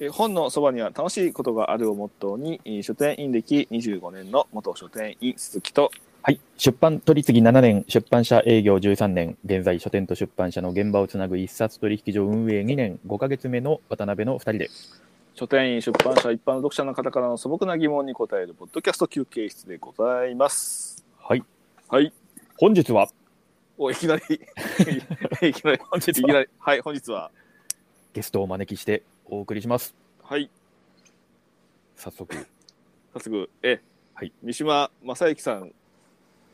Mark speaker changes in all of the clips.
Speaker 1: えー本のそばには楽しいことがあるをモットーに、えー書店員歴25年の元書店員鈴木と、
Speaker 2: はい。出版取次7年、出版社営業13年、現在書店と出版社の現場をつなぐ一冊取引所運営2年、5ヶ月目の渡辺の2人で。
Speaker 1: 書店員、出版社、一般の読者の方からの素朴な疑問に答えるポッドキャスト休憩室でございます。
Speaker 2: はい。
Speaker 1: はい。
Speaker 2: 本日は、
Speaker 1: お、いきなり、 いきなり、
Speaker 2: 本
Speaker 1: いきなり、はい、本日は、
Speaker 2: ゲストをお招きしてお送りします。
Speaker 1: はい、
Speaker 2: 早速、
Speaker 1: 早速、え、
Speaker 2: はい
Speaker 1: 三島正幸さん、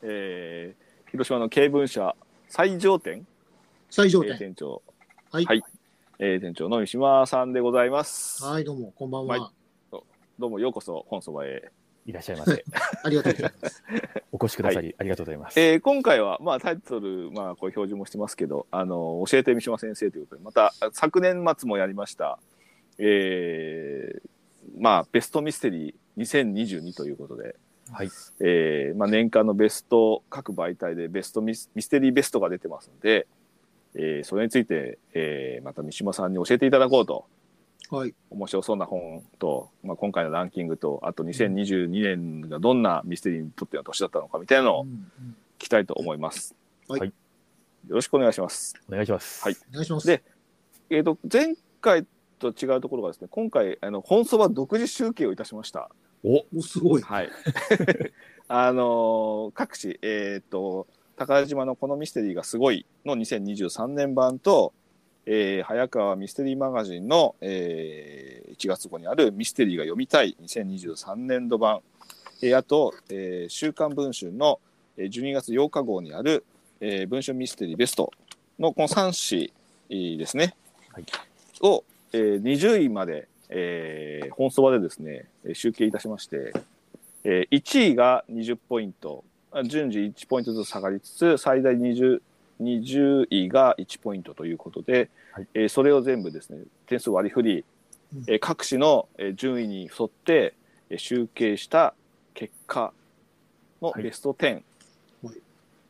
Speaker 1: えー広島の経文社最上店、
Speaker 3: 最上
Speaker 1: えー
Speaker 3: 店。
Speaker 1: 店長、
Speaker 3: はい
Speaker 1: はいえー店長の三島さんでございます。
Speaker 3: はい、どうも、こんばん
Speaker 1: はい
Speaker 3: は。
Speaker 1: どうもようこそ本そばへ。
Speaker 2: いらっしゃい ませ。
Speaker 3: ありがとうございます。
Speaker 2: お越しくださり、ありがとうございます。
Speaker 1: えー今回は、まあ、タイトル、まあ、こう表示もしてますけど、あの、教えて三島先生ということで、また、昨年末もやりました、えーまあ、ベストミステリー2022ということで、
Speaker 2: はい。
Speaker 1: えーまあ、年間のベスト、各媒体でベストミスミステリーベストが出てますので、えーそれについて、えーまた三島さんに教えていただこうと、
Speaker 3: はい、
Speaker 1: 面白そうな本と、まあ、今回のランキングと、あと2022年がどんなミステリーにとっての年だったのかみたいなのを、
Speaker 3: うんうん
Speaker 1: 聞きたいと思います。
Speaker 3: はい
Speaker 1: よろしくお願いします。
Speaker 2: お願いします。
Speaker 1: はい
Speaker 3: お願いします。
Speaker 1: でえっ、と、前回と違うところがですね、今回、あの、本そば独自集計をいたしました。
Speaker 2: お、
Speaker 3: お、すごい。
Speaker 1: はい。 あのー各地、えっ、と、宝島のこのミステリーがすごいの2023年版と、えー早川ミステリーマガジンの、えー1月号にあるミステリーが読みたい2023年度版、えーあと、えー週刊文春のえー12月8日号にある、えー文春ミステリーベストのこの3誌えーですね、
Speaker 2: はい
Speaker 1: を、えー20位まで、えー本そばでですね、えー集計いたしまして、えー1位が20ポイント、あ順次1ポイントずつ下がりつつ、最大 20, 20位が1ポイントということで、
Speaker 2: はい
Speaker 1: えーそれを全部ですね、点数割り振り、
Speaker 3: うん
Speaker 1: えー各紙のえー順位に沿ってえー集計した結果の
Speaker 2: はい
Speaker 1: ベスト10、
Speaker 3: はい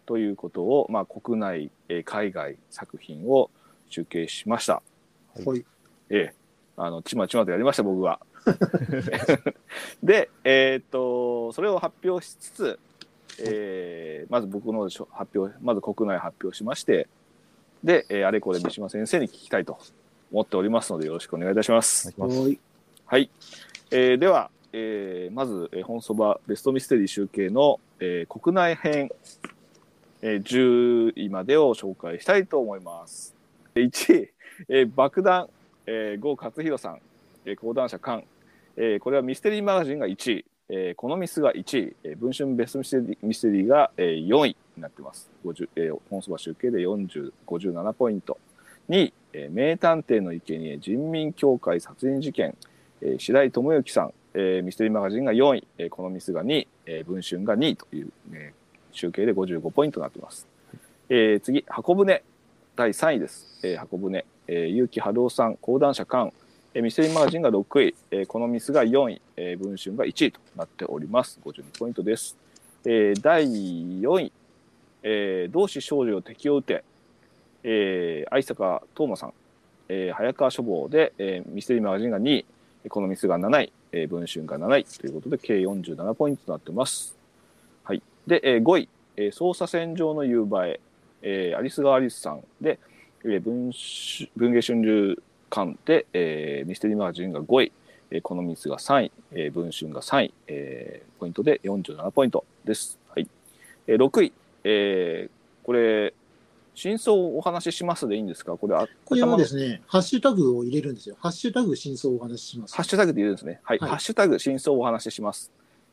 Speaker 1: ということを、まあ、国内、えー海外作品を集計しました。
Speaker 3: はい、
Speaker 1: ええ、あのちまちまとやりました僕は。 で、えーっとそれを発表しつつ、えーまず僕の発表まず国内発表しましてで、えーあれこれ三島先生に聞きたいと思っておりますのでよろしくお願いいたしま
Speaker 2: お
Speaker 1: す。
Speaker 2: 願いします。
Speaker 3: はい、
Speaker 1: はい、えーでは、えーまず、えー本そばベストミステリー集計の、えー国内編、えー10位までを紹介したいと思います。1位、えー爆弾、えー、郷勝弘さん、えー講談社館、えーこれはミステリーマガジンが1位、えーこのミスが1位、えー文春ベストミステリーミステリーが、えー4位になってます。50えー本そば集計で40 57ポイント。2位、えー名探偵の生贄人民協会殺人事件、えー白井智之さん、えーミステリーマガジンが4位、えーこのミスが2位、えー文春が2位という、えー集計で55ポイントになっています。えー次、箱舟、第3位です。えー箱舟、えー、結城春夫さん、講談社館、えーミステリーマガジンが6位、えーこのミスが4位、えー文春が1位となっております。52ポイントです。えー第4位、えー同志少女を敵を撃て、えー、愛坂東馬さん、えー早川書房で、えーミステリーマガジンが2位、このミスが7位、えー文春が7位ということで、計47ポイントとなってます。はい。で、えー5位、えー捜査線上の夕映えーアリスがアリスさんで、えー文春文芸春秋館で、えーミステリーマガジンが5位、えーこのミスが3位、えー文春が3位、えーポイントで47ポイントです。はい。えー6位、えーこれ、真相をお話ししますでいいんですかこれ、あ
Speaker 3: これはですね、ハッシュタグを入れるんですよ。ハッシュタグ真相をお話しします
Speaker 1: ハッ。シュタグで言うんですね。はい。
Speaker 3: はい
Speaker 1: ハッシュタグ、真相をお話しします。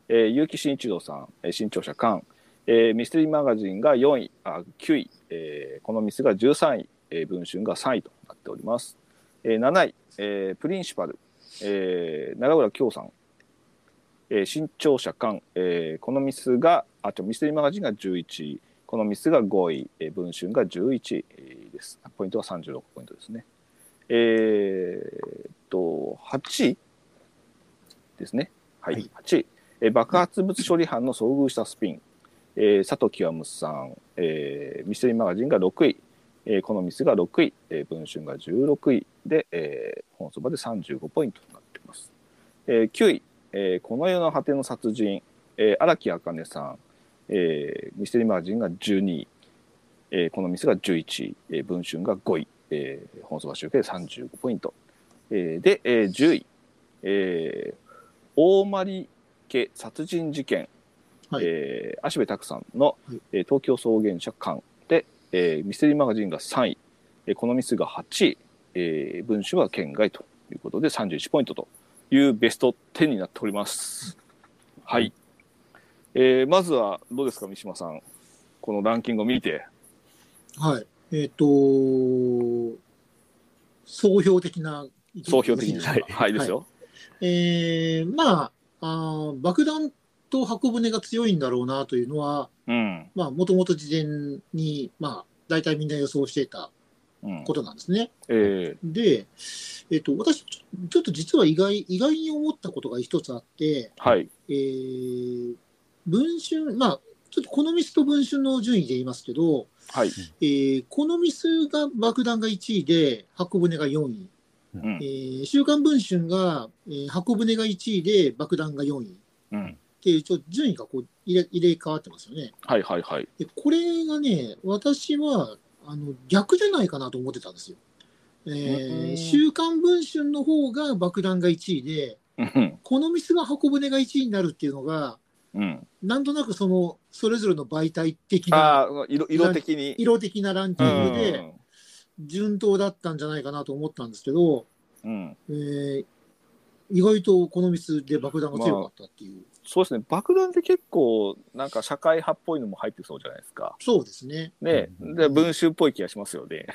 Speaker 1: えー、結城真一郎さん、えー新潮社館、えーミステリーマガジンが4位、あ、9位、えーこのミスが13位、えー文春が3位となっております。えー7位、えープリンシパル、えー永浦京さん、えー新潮社館、えーこのミスが、あ、ちょ、ミステリーマガジンが11位、このミスが5位、えー文春が11位です。ポイントは36ポイントですね。えーっと、8位ですね。はい、
Speaker 3: はい
Speaker 1: 8位、えー爆発物処理班の遭遇したスピン、えー佐藤清さん、えーミステリーマガジンが6位、えーこのミスが6位、えー文春が16位で、えー本そばで35ポイントとなっえー9位、えーこの世の果ての殺人」えー荒、木あかねさん、えーミステリーマガジンが12位、えーこの店が11位、えー文春が5位、えー本草場集計で35ポイント、えーで、えー10位、えー大丸家殺人事件、
Speaker 3: はい
Speaker 1: えー足部拓さんの、
Speaker 3: はい
Speaker 1: えー東京草原社館で、えーミステリーマガジンが3位、えーこのミスが8位、えー文春は県外ということで31ポイントというベスト10になっております。はい。えーまずはどうですか、三島さん。このランキングを見て。
Speaker 3: はい。えっ、と、総評的な意見
Speaker 1: 総評的に。
Speaker 3: は
Speaker 1: はいい。はい、ですよ。
Speaker 3: えーまああー、爆弾と箱舟が強いんだろうなというのは、
Speaker 1: うん。
Speaker 3: まあ、もともと事前に、まあ、大体みんな予想していた
Speaker 1: うん。
Speaker 3: ことなんですね。
Speaker 1: え
Speaker 3: で、えっ、と、私、ちょちょっと実は意外、意外に思ったことが一つあって、
Speaker 1: ーはい。
Speaker 3: えー文春、まあ、ちょっとこのミスと文春の順位で言いますけど、
Speaker 1: はい。
Speaker 3: えー、このミスが爆弾が1位で、箱舟が4位、
Speaker 1: う
Speaker 3: え
Speaker 1: ん。
Speaker 3: ー週刊文春が、えー箱舟が1位で、爆弾が4位っ
Speaker 1: うん。
Speaker 3: ていう、ちょっと順位がこう入れ入れ替わってますよね。
Speaker 1: はいはいはい。
Speaker 3: でこれがね、私はあの逆じゃないかなと思ってたんですよ。えー
Speaker 1: うん
Speaker 3: 週刊文春の方が爆弾が1位で、
Speaker 1: うん。
Speaker 3: このミスが箱舟が1位になるっていうのが、
Speaker 1: うん。
Speaker 3: なんとなくそのそれぞれの媒体的な
Speaker 1: ああ、色、色的に。
Speaker 3: 色的なランキ
Speaker 1: う
Speaker 3: ングで
Speaker 1: ん。
Speaker 3: 順当だったんじゃないかなと思ったんですけど、
Speaker 1: うん。
Speaker 3: えー意外とこのミスで爆弾が強かったっていう、
Speaker 1: そうですね。爆弾って結構、なんか社会派っぽいのも入ってそうじゃないですか。
Speaker 3: そうですね
Speaker 1: ね。
Speaker 2: うん
Speaker 1: で、文集っぽい気がしますよね。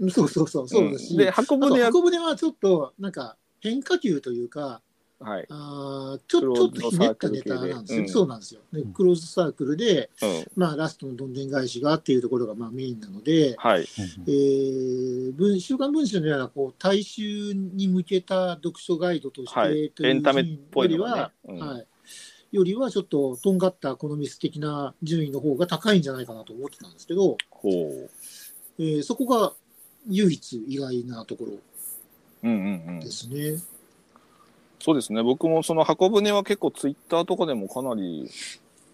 Speaker 3: うんそうそうそうそうですし、
Speaker 1: んで、箱
Speaker 3: あと
Speaker 1: 舟は、
Speaker 3: 箱舟はちょっとなんか変化球というか
Speaker 1: はい。
Speaker 3: あーちょ
Speaker 1: クロ
Speaker 3: ちょっ
Speaker 1: ーズ
Speaker 3: とひねったネタなんですよ、
Speaker 1: うん
Speaker 3: そうなんですよで
Speaker 2: うん
Speaker 3: クローズサークルで、
Speaker 1: うん。
Speaker 3: まあ、ラストのどんでん返しがっていうところがまあメインなので、
Speaker 1: はい。
Speaker 3: えー文週刊文春のようなこう大衆に向けた読書ガイドとして、
Speaker 1: はい
Speaker 3: という
Speaker 1: エンタメっぽい
Speaker 3: より
Speaker 1: の
Speaker 3: は
Speaker 1: が、ねうん
Speaker 3: はい、よりはちょっととんがったこのミス的な順位の方が高いんじゃないかなと思ってたんですけど、
Speaker 1: ほう。
Speaker 3: えーそこが唯一意外なところ
Speaker 1: うんうんうん
Speaker 3: で。すね。
Speaker 1: そうですね。僕もその箱舟は結構ツイッターとかでもかなり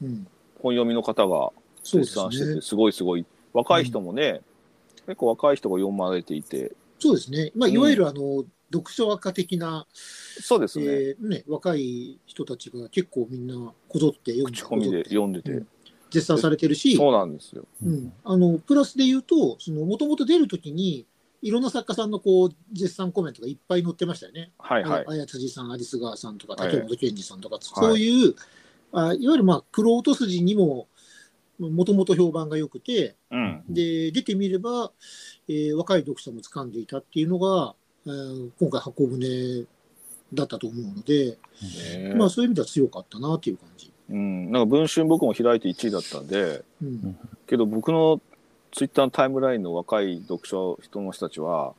Speaker 3: うん、
Speaker 1: 本読みの方が
Speaker 3: そうで
Speaker 1: 絶
Speaker 3: す
Speaker 1: 賛して
Speaker 3: ね
Speaker 1: て、。すごいすごい。若い人もね、結構若い人が読まれていて、
Speaker 3: そうですね。まあ、
Speaker 1: うん
Speaker 3: いわゆるあの、読書赤的な、
Speaker 1: そうですね。
Speaker 3: えーね、若い人たちが結構みんなこぞって読んで
Speaker 1: 口コミで
Speaker 3: こぞって
Speaker 1: 読んでて。
Speaker 3: 絶賛されてるし、
Speaker 1: そうなんですよ。
Speaker 3: うん、あのプラスで言うと、もともと出るときに、いろんな作家さんのこう絶賛コメントがいっぱい載ってましたよね。
Speaker 1: はいはい。
Speaker 3: あやつじさん、有栖川さんとか、
Speaker 1: はい
Speaker 3: 竹本健二さんとか、そういう、あいわゆる、まあ、くろうと筋にも、もともと評判が良くて、
Speaker 1: うん。
Speaker 3: で出てみれば、えー若い読者も掴んでいたっていうのが、えー今回、箱舟だったと思うので、
Speaker 1: ね
Speaker 3: まあ、そういう意味では強かったなっていう感じ。
Speaker 1: うん。なんか文春僕も開いて1位だったんで、
Speaker 3: うん
Speaker 1: けど僕のツイッターのタイムラインの若い読書人の人たちは、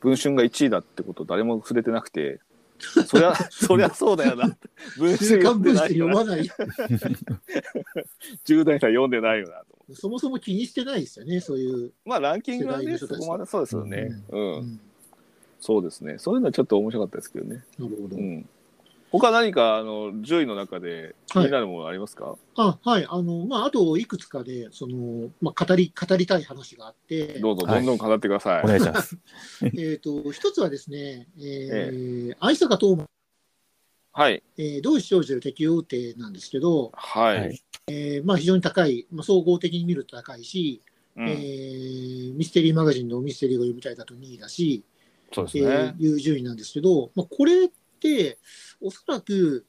Speaker 1: 文春が1位だってこと誰も触れてなくて、そ りゃ、そりゃそうだよなって。文春
Speaker 3: 週
Speaker 1: 読
Speaker 3: 刊
Speaker 1: んで
Speaker 3: 文
Speaker 1: な
Speaker 3: 春
Speaker 1: いよ
Speaker 3: 読
Speaker 1: な。
Speaker 3: まない、
Speaker 1: 10代さん読んでないよなと思って。
Speaker 3: そもそも気にしてないですよね、そういう。
Speaker 1: まあランキングは
Speaker 3: 世代の
Speaker 1: ね、
Speaker 3: 人
Speaker 1: そ
Speaker 3: たち
Speaker 1: こまでそうですよね。うん。
Speaker 3: うん
Speaker 1: そうですね。そういうのはちょっと面白かったですけどね。
Speaker 3: なるほど
Speaker 1: う。ん。他何か、あの、10位の中で気になるものありますか、
Speaker 3: あ、はい。あの、まあ、あと、いくつかで、その、まあ、語り、語りたい話があって、
Speaker 1: どうぞ、
Speaker 2: は
Speaker 1: ど
Speaker 2: い
Speaker 1: んどん語ってください。
Speaker 2: お願いします。
Speaker 3: えっ、と、一つはですね、えー相坂東馬、
Speaker 1: はい。
Speaker 3: えー同志少女適用定なんですけど、
Speaker 1: はい。
Speaker 2: はい
Speaker 3: えーまあ、非常に高い、まあ、総合的に見ると高いし、
Speaker 1: うん
Speaker 3: えーミステリーマガジンのミステリーが読みたいだと2位だし、
Speaker 1: そうです
Speaker 3: え
Speaker 1: ね。
Speaker 3: ーいう順位なんですけど、まあ、これって、おそらく、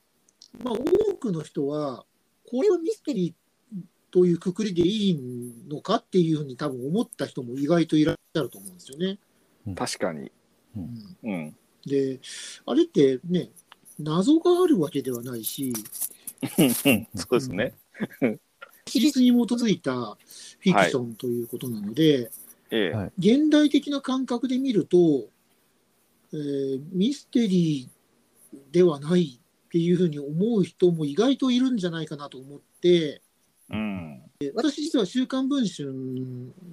Speaker 3: まあ、多くの人は、これはミステリーというくくりでいいのかっていうふうに多分思った人も意外といらっしゃると思うんですよね。
Speaker 1: 確かに。
Speaker 3: うん
Speaker 1: うん。
Speaker 3: で、あれってね、謎があるわけではないし、
Speaker 1: そうですね。
Speaker 3: 史実に基づいたフィクションということなので、
Speaker 1: ええ
Speaker 2: はい
Speaker 3: 現代的な感覚で見ると、えーミステリーではないっていうふうに思う人も意外といるんじゃないかなと思って、
Speaker 1: うん。
Speaker 3: で私実は週刊文春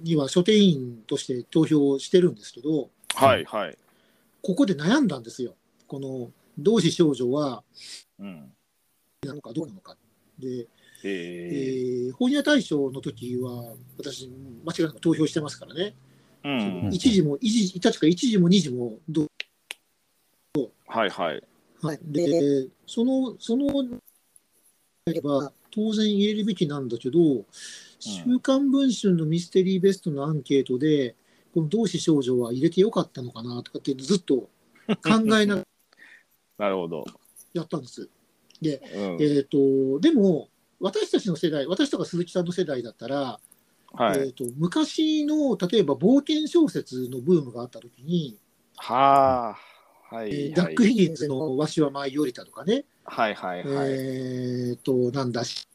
Speaker 3: には書店員として投票してるんですけど、
Speaker 1: はい、はい。
Speaker 3: ここで悩んだんですよ。この同志少女は
Speaker 1: うん。
Speaker 3: なのかどうなのか。で、え
Speaker 1: ええ
Speaker 3: ー、本屋大賞の時は、私、間違いなく投票してますからね。
Speaker 1: うん。
Speaker 3: 一時も、一時、確か一時も二時もど、
Speaker 1: はいはい。
Speaker 3: はい。で、その、その、やれば当然入れるべきなんだけど、週刊文春のミステリーベストのアンケートで、この同志少女は入れてよかったのかなとかってずっと考えながら
Speaker 1: なるほど。
Speaker 3: やったんです。
Speaker 1: うん。
Speaker 3: えっ、と、でも、私たちの世代、私とか鈴木さんの世代だったら、
Speaker 1: は
Speaker 3: え
Speaker 1: い。
Speaker 3: ー、と昔の例えば冒険小説のブームがあった時に、
Speaker 1: はあ。はい。
Speaker 3: えーダック・ヒギンズの「わしは舞い降りた」とかね、
Speaker 1: はいはいはい。
Speaker 3: えっとなんだし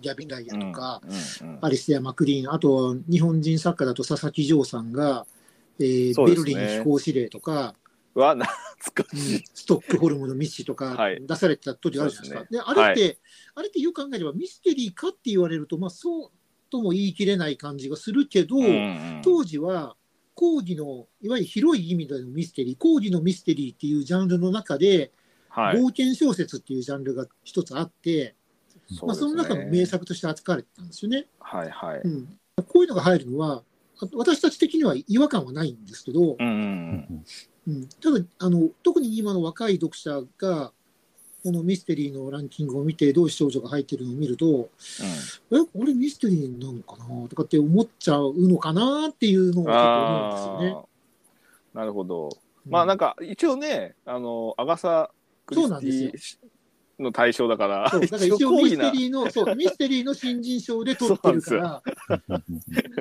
Speaker 3: ギャビン・ダイヤとか、
Speaker 1: うんうん
Speaker 3: アリステア・マクリーンあとは日本人作家だと佐々木城さんが「えー
Speaker 1: そう
Speaker 3: ベ
Speaker 1: です
Speaker 3: ル
Speaker 1: ね
Speaker 3: リンの飛行司令」とか、
Speaker 1: うわ、懐か
Speaker 3: うん
Speaker 1: しい。
Speaker 3: ストックホルムのミッシーとか
Speaker 1: はい
Speaker 3: 出されてた時あるじゃないですか。
Speaker 1: そう
Speaker 3: であれって、あれってよく考えればミステリーかって言われると、まあ、そうとも言い切れない感じがするけど、
Speaker 1: うんうん
Speaker 3: 当時は講義のいわゆる広い意味でのミステリー講義のミステリーっていうジャンルの中で、
Speaker 1: はい。
Speaker 3: 冒険小説っていうジャンルが一つあってそ,、まあ、その中の名作として扱われてたんですよね。
Speaker 1: はいはい。
Speaker 3: うん、こういうのが入るのはあ私たち的には違和感はないんですけど
Speaker 1: う、ん
Speaker 3: うん、ただあの特に今の若い読者がこのミステリーのランキングを見て同志少女が入ってるのを見るとえこれミステリーなのかなとかって思っちゃうのかなっていうのを
Speaker 1: うん。
Speaker 3: ちょっと思うんですよね
Speaker 1: あ。あ。なるほど。まあなん
Speaker 3: か
Speaker 1: か一応ね、あの、アガサ・クリスティの対象だから
Speaker 3: そう、だから
Speaker 1: 一応
Speaker 3: 一応
Speaker 1: 抗
Speaker 3: ミ
Speaker 1: 議
Speaker 3: ス
Speaker 1: な
Speaker 3: テ。リーの、そう、ミステリーの新人賞で取ってるか
Speaker 1: そう
Speaker 3: ら、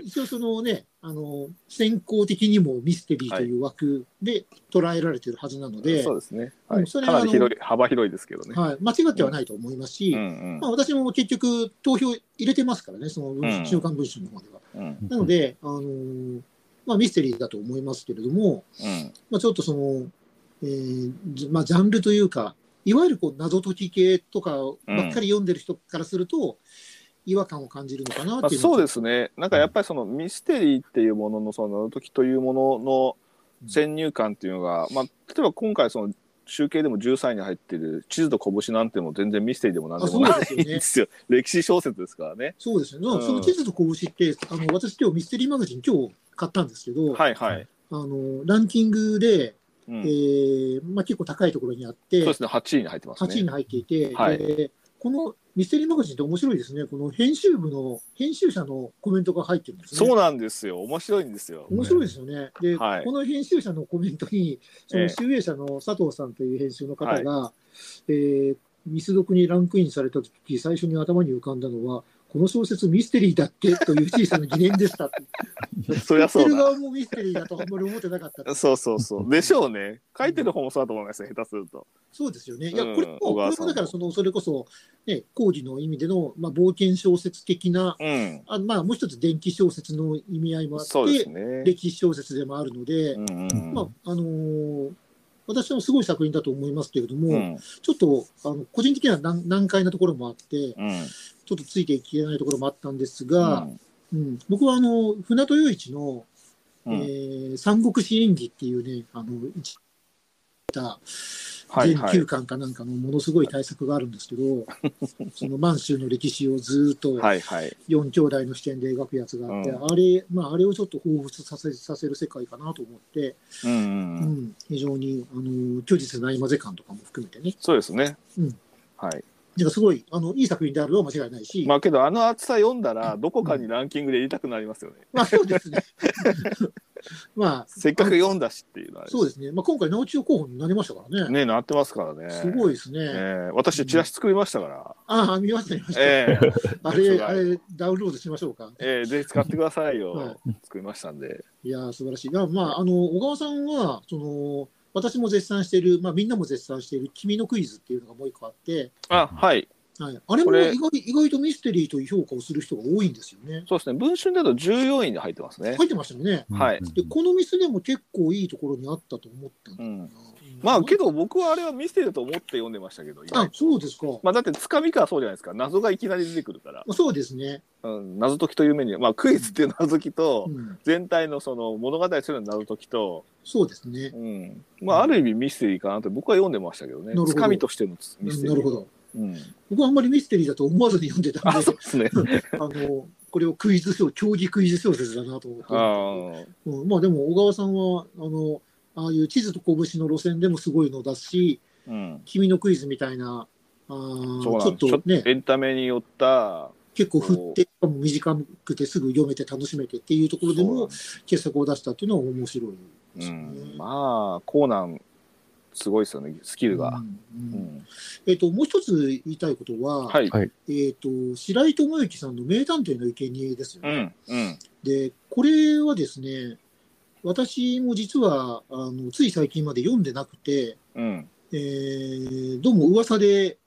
Speaker 3: 一応そのね、あの、先行的にもミステリーという枠で捉えられてるはずなので、
Speaker 1: そ
Speaker 3: は
Speaker 1: うですね。は
Speaker 3: う
Speaker 1: い。
Speaker 3: んそ
Speaker 1: か
Speaker 3: れは
Speaker 1: なり広い、幅広いですけどね。
Speaker 3: い、間違ってはないと思いますし、
Speaker 1: うん
Speaker 3: まあ私も結局投票入れてますからね、その文
Speaker 1: うん
Speaker 3: 週刊文春の方では。
Speaker 1: うんうん
Speaker 3: なので、あのーまあミステリーだと思いますけれども、
Speaker 1: うん
Speaker 3: まあちょっとその、えーじまあジャンルというか、いわゆるこう謎解き系とかばっかり読んでる人からすると、違和感を感じるのかな
Speaker 1: ま
Speaker 3: っ
Speaker 1: あ
Speaker 3: ていうのは
Speaker 1: そうですね。なんかやっぱりそのミステリーっていうもののその時というものの先入観っていうのが、まあ例えば今回その集計でも13位に入ってる地図と拳なんてもう全然ミステリーでもなんでもない
Speaker 3: あそうですよね
Speaker 1: んですよ。歴史小説ですからね。
Speaker 3: そうですね。
Speaker 1: うん
Speaker 3: その地図と拳って、あの私今日ミステリーマガジン今日買ったんですけど、
Speaker 1: はいはい。
Speaker 3: あのランキングで、
Speaker 1: う
Speaker 3: え
Speaker 1: ん
Speaker 3: ーまあ、結構高いところにあって、
Speaker 1: そうですね。8位に入ってますね。
Speaker 3: 8位に入っていて、
Speaker 1: はい
Speaker 3: でこのミステリーマガジンって面白いですね。この編集部の、編集者のコメントが入ってるんですね。
Speaker 1: そうなんですよ。面白いんですよ。
Speaker 3: 面白いですよね。で、
Speaker 1: はい
Speaker 3: この編集者のコメントに、そ
Speaker 1: え
Speaker 3: の
Speaker 1: え
Speaker 3: 集英社の佐藤さんという編集の方が、えーミス読にランクインされた時最初に頭に浮かんだのは、この小説ミステリーだっけという小さな疑念でしたって。
Speaker 1: そりゃ
Speaker 3: 書い
Speaker 1: そう
Speaker 3: てる
Speaker 1: だ。
Speaker 3: 側もミステリーだとあんまり思ってなかったって。
Speaker 1: そうそうそう。でしょうね。書いてる方もそうだと思いますよ。下手すると。
Speaker 3: そうですよね。いや、
Speaker 1: うん
Speaker 3: これも、
Speaker 1: 小
Speaker 3: これ
Speaker 1: 川さん
Speaker 3: もだからその、それこそ、ね、講義の意味での、まあ、冒険小説的な、
Speaker 1: うん。
Speaker 3: あまあ、もう一つ電気小説の意味合いもあって、
Speaker 1: そうですね。
Speaker 3: 歴史小説でもあるので、
Speaker 1: うんうん
Speaker 3: まああのー私もすごい作品だと思いますけれども、
Speaker 1: うん。
Speaker 3: ちょっとあの個人的には難難解なところもあって、
Speaker 1: うん。
Speaker 3: ちょっとついていけないところもあったんです
Speaker 1: う
Speaker 3: が、
Speaker 1: ん
Speaker 3: うん僕はあの船戸雄一の、
Speaker 1: う
Speaker 3: え
Speaker 1: ん。
Speaker 3: ー三国志演義」っていうね、あの一た
Speaker 1: はい
Speaker 3: 全
Speaker 1: はい
Speaker 3: 9。巻かなんかのものすごい大作があるんですけ ど、その満州の歴史をずっと
Speaker 1: はいはい。
Speaker 3: 4兄弟の視点で描くやつがあって、
Speaker 1: う
Speaker 3: あれ、まあ、あれをちょっと彷彿させさせる世界かなと思って、
Speaker 1: うんう
Speaker 3: う
Speaker 1: う
Speaker 3: ん
Speaker 1: ん。
Speaker 3: ん、非常に、あのー、虚実ない混ぜ感とかも含めてね、
Speaker 1: そうですね
Speaker 3: うん。
Speaker 1: はい。
Speaker 3: なんかすごい、あの、いい作品であるのは間違いないし、
Speaker 1: まあけど、あの厚さ読んだら、どこかにランキングで入れたくなりますよね。
Speaker 3: まあそうで すね。まあ、
Speaker 1: せっかく読んだしっていうのはあれ。
Speaker 3: そうですね。まあ今回、直中候補になりましたからね。
Speaker 1: ねなってますからね。
Speaker 3: すごいですね。
Speaker 1: ね私、チラシ作りましたから。
Speaker 3: ああ、見ました、見ました。
Speaker 1: ええ。
Speaker 3: あ
Speaker 1: そう
Speaker 3: れ、
Speaker 1: だ
Speaker 3: あれ、ダウンロードしましょうか。
Speaker 1: ええ、ぜひ使ってください
Speaker 3: は
Speaker 1: よ。作りましたんで。
Speaker 3: いやー、素晴らしい。まあ、まあ、あの、小川さんは、その、私も絶賛している、まあみんなも絶賛している、君のクイズっていうのがもう一個あって、
Speaker 1: あ、はい。
Speaker 3: はい、あれも
Speaker 1: これ
Speaker 3: 意外意外とミステリーという評価をする人が多いんですよね。
Speaker 1: そうですね。文春だと14位に入ってますね。
Speaker 3: 入ってましたよね。
Speaker 1: はい
Speaker 3: で、このミスでも結構いいところにあったと思ったんだ
Speaker 1: う
Speaker 3: よ
Speaker 1: ん。
Speaker 3: な
Speaker 1: まあけど僕はあれはミステリーだと思って読んでましたけど、意
Speaker 3: あ
Speaker 1: 外、と
Speaker 3: そうですか。
Speaker 1: まあだってつかみからそうじゃないですか。謎がいきなり出てくるから。
Speaker 3: そうですね。
Speaker 1: うん、謎解きというメニュー、まあクイズっていう謎解きと
Speaker 3: う、ん、
Speaker 1: 全体のその物語する謎解きと、
Speaker 3: そうですね。
Speaker 1: うん、まあある意味ミステリーかなって僕は読んでましたけどね
Speaker 3: なる。ほど
Speaker 1: つかみとしてのミステリー。
Speaker 3: なるほ。ど。
Speaker 1: うん。
Speaker 3: 僕はあんまりミステリーだと思わずに読んでたん
Speaker 1: あ、
Speaker 3: で
Speaker 1: そう、です ね。
Speaker 3: あの、これをクイズ小、競技クイズ小説だなと思って。
Speaker 1: あー
Speaker 3: うん、まあでも、小川さんは、あの、ああいう地図と拳の路線でもすごいのだし、
Speaker 1: うん。
Speaker 3: 君のクイズみたいな、あー
Speaker 1: そう
Speaker 3: ち
Speaker 1: な
Speaker 3: ょ
Speaker 1: ん
Speaker 3: っ
Speaker 1: です。ちょ
Speaker 3: と
Speaker 1: っ
Speaker 3: ね
Speaker 1: と、エンタメによった、
Speaker 3: 結構振って、しかも短くてすぐ読めて楽しめてっていうところでも傑作を出したっていうのは面白いで
Speaker 1: う
Speaker 3: すよね。
Speaker 1: ん、まあコーナンすごいですよねスキルが、
Speaker 3: うん
Speaker 1: う
Speaker 3: うん
Speaker 1: ん
Speaker 3: えっと、もう一つ言いたいことは、
Speaker 1: はい、
Speaker 2: はい
Speaker 3: えっと、白井智之さんの名探偵の生贄ですよ
Speaker 1: う
Speaker 3: ね。
Speaker 1: んうん
Speaker 3: で、これはですね、私も実は、あの、つい最近まで読んでなくて、
Speaker 1: うん
Speaker 3: えーどうも噂で、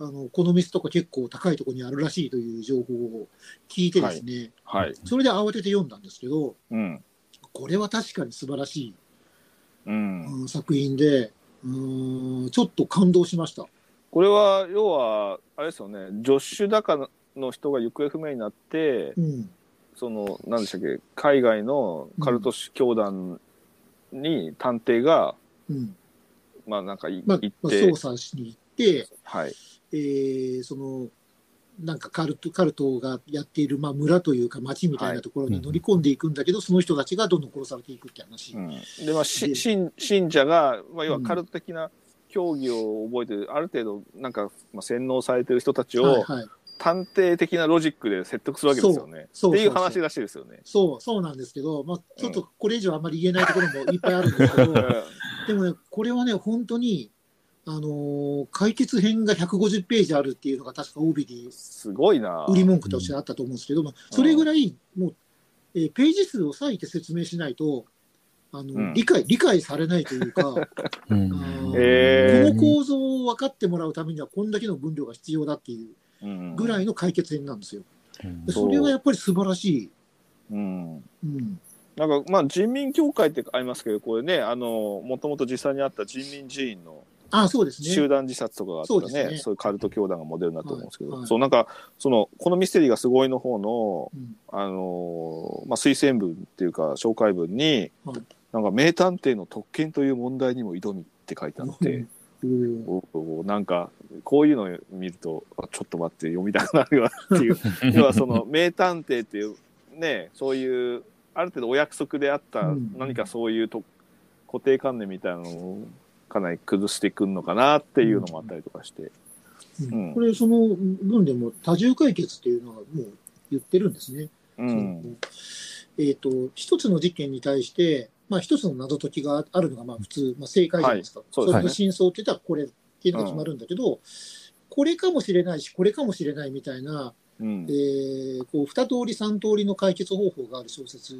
Speaker 3: あの、この店とか結構高いところにあるらしいという情報を聞いてですね、
Speaker 1: はい
Speaker 3: それで慌てて読んだんですけど、
Speaker 1: うん
Speaker 3: これは確かに素晴らしい
Speaker 1: うん
Speaker 3: うん作品で、うん、ちょっと感動しました。
Speaker 1: これは要はあれですよねジョッシュ・ダカの人が行方不明になって
Speaker 3: うん、
Speaker 1: その何でしたっけ海外のカルト教団に探偵が、
Speaker 3: うん。
Speaker 1: まあなんかい
Speaker 3: まあ
Speaker 1: 行、
Speaker 3: ま
Speaker 1: っ
Speaker 3: あ、
Speaker 1: て
Speaker 3: 捜、査しに行って、
Speaker 1: はい
Speaker 3: えーその、なんかカルト、カルトがやっている、まあ、村というか町みたいなところ
Speaker 2: は
Speaker 3: に
Speaker 2: い
Speaker 3: 乗り込んでいくんだけど、その人たちがどんどん殺されていくって話。
Speaker 1: うん、でまあ
Speaker 3: で
Speaker 1: し信信者が、まあ、要は
Speaker 3: うん
Speaker 1: カルト的な教義を覚えてる、ある程度なんか、まあ、洗脳されてる人たちを、
Speaker 3: はいはい。
Speaker 1: 探偵的なロジックで説得するわけですよね。
Speaker 3: そうそうそう
Speaker 1: っていう話らしいですよね。
Speaker 3: そう、そうなんですけど、まあ、ちょっとこれ以上あんまり言えないところもいっぱいあるんですけど、 でもね、これはね、本当に、あのー解決編が150ページあるっていうのが確か帯に
Speaker 1: すごいな。
Speaker 3: 売り文句としてあったと思うんですけど、まあ、それぐらい、もう、えーページ数を割いて説明しないと、あの、
Speaker 1: うん
Speaker 3: 理解、理解されないというか、
Speaker 2: うん
Speaker 3: あ
Speaker 1: へ
Speaker 3: この構造を分かってもらうためには、こんだけの分量が必要だっていう
Speaker 1: うん
Speaker 3: ぐらいの解決編なんですよ。
Speaker 2: うん
Speaker 3: で
Speaker 1: そう
Speaker 3: それはやっぱり素晴らし
Speaker 1: うん。
Speaker 3: い。うん。
Speaker 1: なんかまあ人民協会ってありますけど、これね、あの、もともと実際にあった人民寺院の
Speaker 3: あそうですね。
Speaker 1: 集団自殺とかがあったね、
Speaker 3: そう
Speaker 1: そう
Speaker 3: ですね
Speaker 1: いうカルト教団がモデルになったと思うんですけど、
Speaker 3: はいはい
Speaker 1: そうなんか、その、このミステリーがすごいの方の、
Speaker 3: うん
Speaker 1: あの、まあ推薦文っていうか紹介文に、
Speaker 3: はい
Speaker 1: なんか名探偵の特権という問題にも挑みって書いてあって、
Speaker 3: うん
Speaker 1: おおなんかこういうのを見るとあちょっと待って読みたくなるわっていう要はその名探偵っていうねそういうある程度お約束であった
Speaker 3: うん
Speaker 1: 何かそういうと固定観念みたいなのをかなり崩してくるのかなっていうのもあったりとかして、うん
Speaker 3: これ、その文でも多重解決っていうのはもう言ってるんですね。
Speaker 1: うん
Speaker 3: えっ、と、一つの事件に対して、まあ一つの謎解きがあるのがまあ普通、まあ正解じゃないですか。
Speaker 1: そう
Speaker 3: そ
Speaker 1: です
Speaker 3: れ
Speaker 1: ね
Speaker 3: の真相って言ったらこれっていうのが決まるんだけど、これかもしれないし、これかもしれないみたいな、
Speaker 1: うん
Speaker 3: えーこう、二通り三通りの解決方法がある小説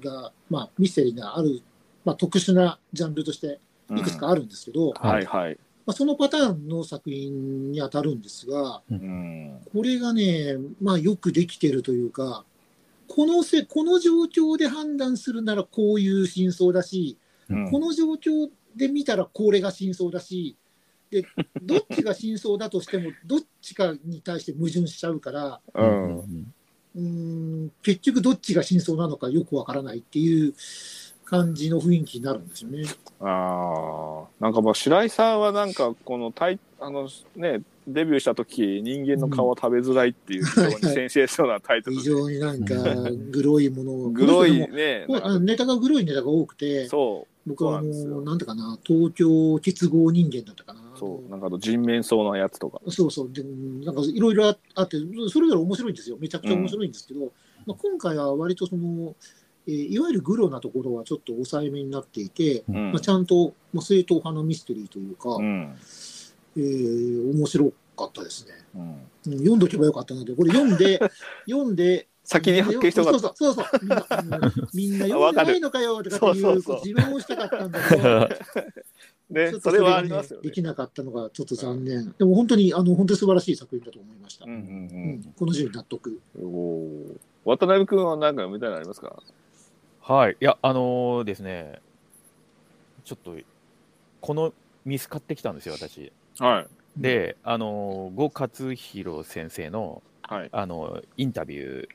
Speaker 3: が、まあミステリーがある、まあ特殊なジャンルとしていくつかあるんですけ
Speaker 1: う
Speaker 3: ど、
Speaker 1: んはいはい、
Speaker 3: まあそのパターンの作品に当たるんですが、
Speaker 1: うん
Speaker 3: これがね、まあよくできてるというか、このせ、この状況で判断するならこういう真相だし、
Speaker 1: うん
Speaker 3: この状況で見たらこれが真相だし、で、どっちが真相だとしても、どっちかに対して矛盾しちゃうから、
Speaker 1: うん
Speaker 3: うーん、結局どっちが真相なのかよくわからないっていう感じの雰囲気になるんですよね。
Speaker 1: ああ、なんかまあ白井さんはなんかこのたいあのねデビューした時人間の皮食べづらいっていう非常にセンセーショナルなタイトル
Speaker 3: 非
Speaker 1: で、
Speaker 3: 常になんか、グロいものを。
Speaker 1: グロい
Speaker 3: こ
Speaker 1: ね、
Speaker 3: の人でも。こうあのネタがグロいネタが多くて、
Speaker 1: そ
Speaker 3: 僕はあ
Speaker 1: そうなんですよ
Speaker 3: の、なんてかな、東京結合人間だったかな。
Speaker 1: うそうなんかあと人面相のやつとか、
Speaker 3: そうそうで、なんかいろいろああって、それぞれ面白いんですよ。めちゃくちゃ面白いんですけど、まあ、今回は割とその、えーいわゆるグロなところはちょっと抑えめになっていて、
Speaker 1: うん
Speaker 3: まあ、ちゃんと、まあ、正統派のミステリーというか、
Speaker 1: うん
Speaker 3: えー面白かったですね。
Speaker 1: うん、
Speaker 3: うん読んどけばよかったなと、これ読 んで、読んで、
Speaker 1: 先に発見してよかった。
Speaker 3: そうそうそうそうみんな、うんみんな読んでないのかよとかってい
Speaker 1: わか
Speaker 3: う
Speaker 1: るそうそうそう
Speaker 3: 自慢をしたかったんだ けど、
Speaker 1: ね
Speaker 3: ちょっ、と
Speaker 1: それはありますよ
Speaker 3: で
Speaker 1: ね。
Speaker 3: きなかったのがちょっと残念。でも本当に、あの、本当に素晴らしい作品だと思いました。
Speaker 1: うん
Speaker 3: う
Speaker 1: うん
Speaker 3: んこの順位納得。
Speaker 1: うん。おー渡辺君はなんかみたいなのありますか？
Speaker 2: はい、いや、あのーですね、ちょっと、このミス買ってきたんですよ、私。
Speaker 1: はい。
Speaker 2: で、あの、呉勝弘先生の、
Speaker 1: はい。
Speaker 2: あの、インタビュー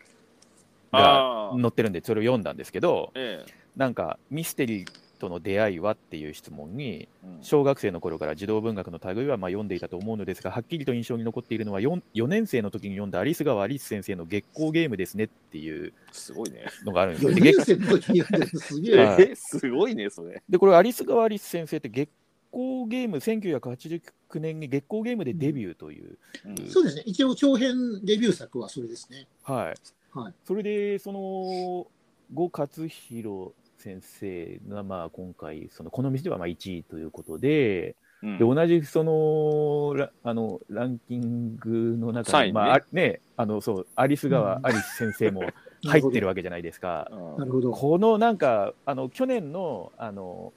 Speaker 2: が
Speaker 1: ああ。
Speaker 2: 載ってるんで、それを読んだんですけど、
Speaker 1: ええ。
Speaker 2: なんか、ミステリーとの出会いはっていう質問に、
Speaker 1: うん
Speaker 2: 小学生の頃から児童文学の類はまあ読んでいたと思うのですが、はっきりと印象に残っているのは 4, 4年生の時に読んだアリス川アリス先生の月光ゲームですねっていう
Speaker 1: すごいね。
Speaker 2: のがあるんですよ。
Speaker 3: 4
Speaker 2: で
Speaker 3: 年
Speaker 2: 月
Speaker 3: 生の時にやってるのすげえ。
Speaker 2: はい
Speaker 1: え、すごいね、それ。
Speaker 2: で、これアリス川アリス先生って月光ゲーム、1989年に月光ゲームでデビューという、
Speaker 1: うん
Speaker 3: そうですね。一応長編デビュー作はそれですね。
Speaker 2: はい。
Speaker 3: はい
Speaker 2: それで、その、呉勝弘先生がまあ今回、そのこの店ではまあ1位ということで、
Speaker 1: うん
Speaker 2: で同じそのラあのランキングの中
Speaker 1: 三位
Speaker 2: に、
Speaker 1: ね
Speaker 2: まああね、あのそうアリス川、
Speaker 3: うん
Speaker 2: アリス先生も
Speaker 3: なる
Speaker 2: 入
Speaker 3: ほ
Speaker 2: っ
Speaker 3: ど
Speaker 2: てるわけじゃないですか。
Speaker 1: うん
Speaker 3: なるほど。
Speaker 2: このなんかあの去年のあの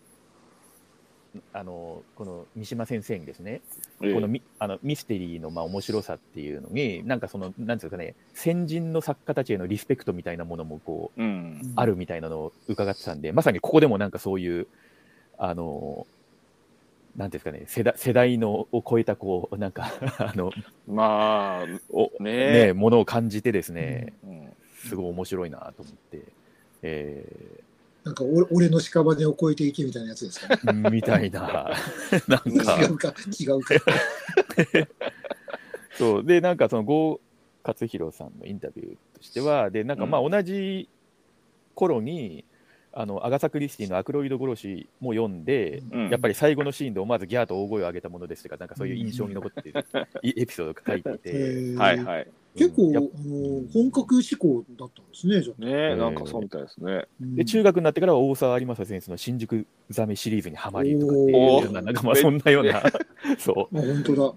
Speaker 2: あのこの三島先生にですね、
Speaker 1: ええ
Speaker 2: このミあのミステリーのまあ面白さっていうのに、なんかそのなんていうんですかね、先人の作家たちへのリスペクトみたいなものもこう
Speaker 1: うん。
Speaker 2: あるみたいなのを伺ってたんで、まさにここでもなんかそういう、あの、なんていうんですかね、世代世代のを超えた、こう、なんか、あの、
Speaker 1: まあ、
Speaker 2: お
Speaker 1: ね
Speaker 2: ね
Speaker 1: え。
Speaker 2: ものを感じてですね、
Speaker 1: うん
Speaker 2: すごい面白いなと思って、え
Speaker 3: なんか俺俺の屍を超えていけみたいなやつですかね。
Speaker 2: ー、みたい な、なんか
Speaker 3: 違、うか、違うか。
Speaker 2: そう、で、なんかその、郷勝弘さんのインタビューとしては、で、なんかまあ同じ頃に、あの、アガサ・クリスティのアクロイド殺しも読んで、
Speaker 1: うん
Speaker 2: やっぱり最後のシーンで思わずギャーと大声を上げたものですとか、なんかそういう印象に残って いるいエピソードが書いてい
Speaker 3: え
Speaker 2: て、
Speaker 3: ー
Speaker 1: はいはい。
Speaker 3: 結構、
Speaker 2: うんや
Speaker 3: あ
Speaker 2: っ
Speaker 3: の本格志向だったんですね、じゃあ。
Speaker 1: ね
Speaker 2: う
Speaker 1: え、
Speaker 2: ん
Speaker 1: なんかそうみたいですね。
Speaker 3: うん
Speaker 2: で中学になってからは大沢有正先生の新宿ザメシリーズにはまりとかっていう
Speaker 1: おー
Speaker 2: ような、なんかまあそんなような、 そう、
Speaker 3: あ本当だ。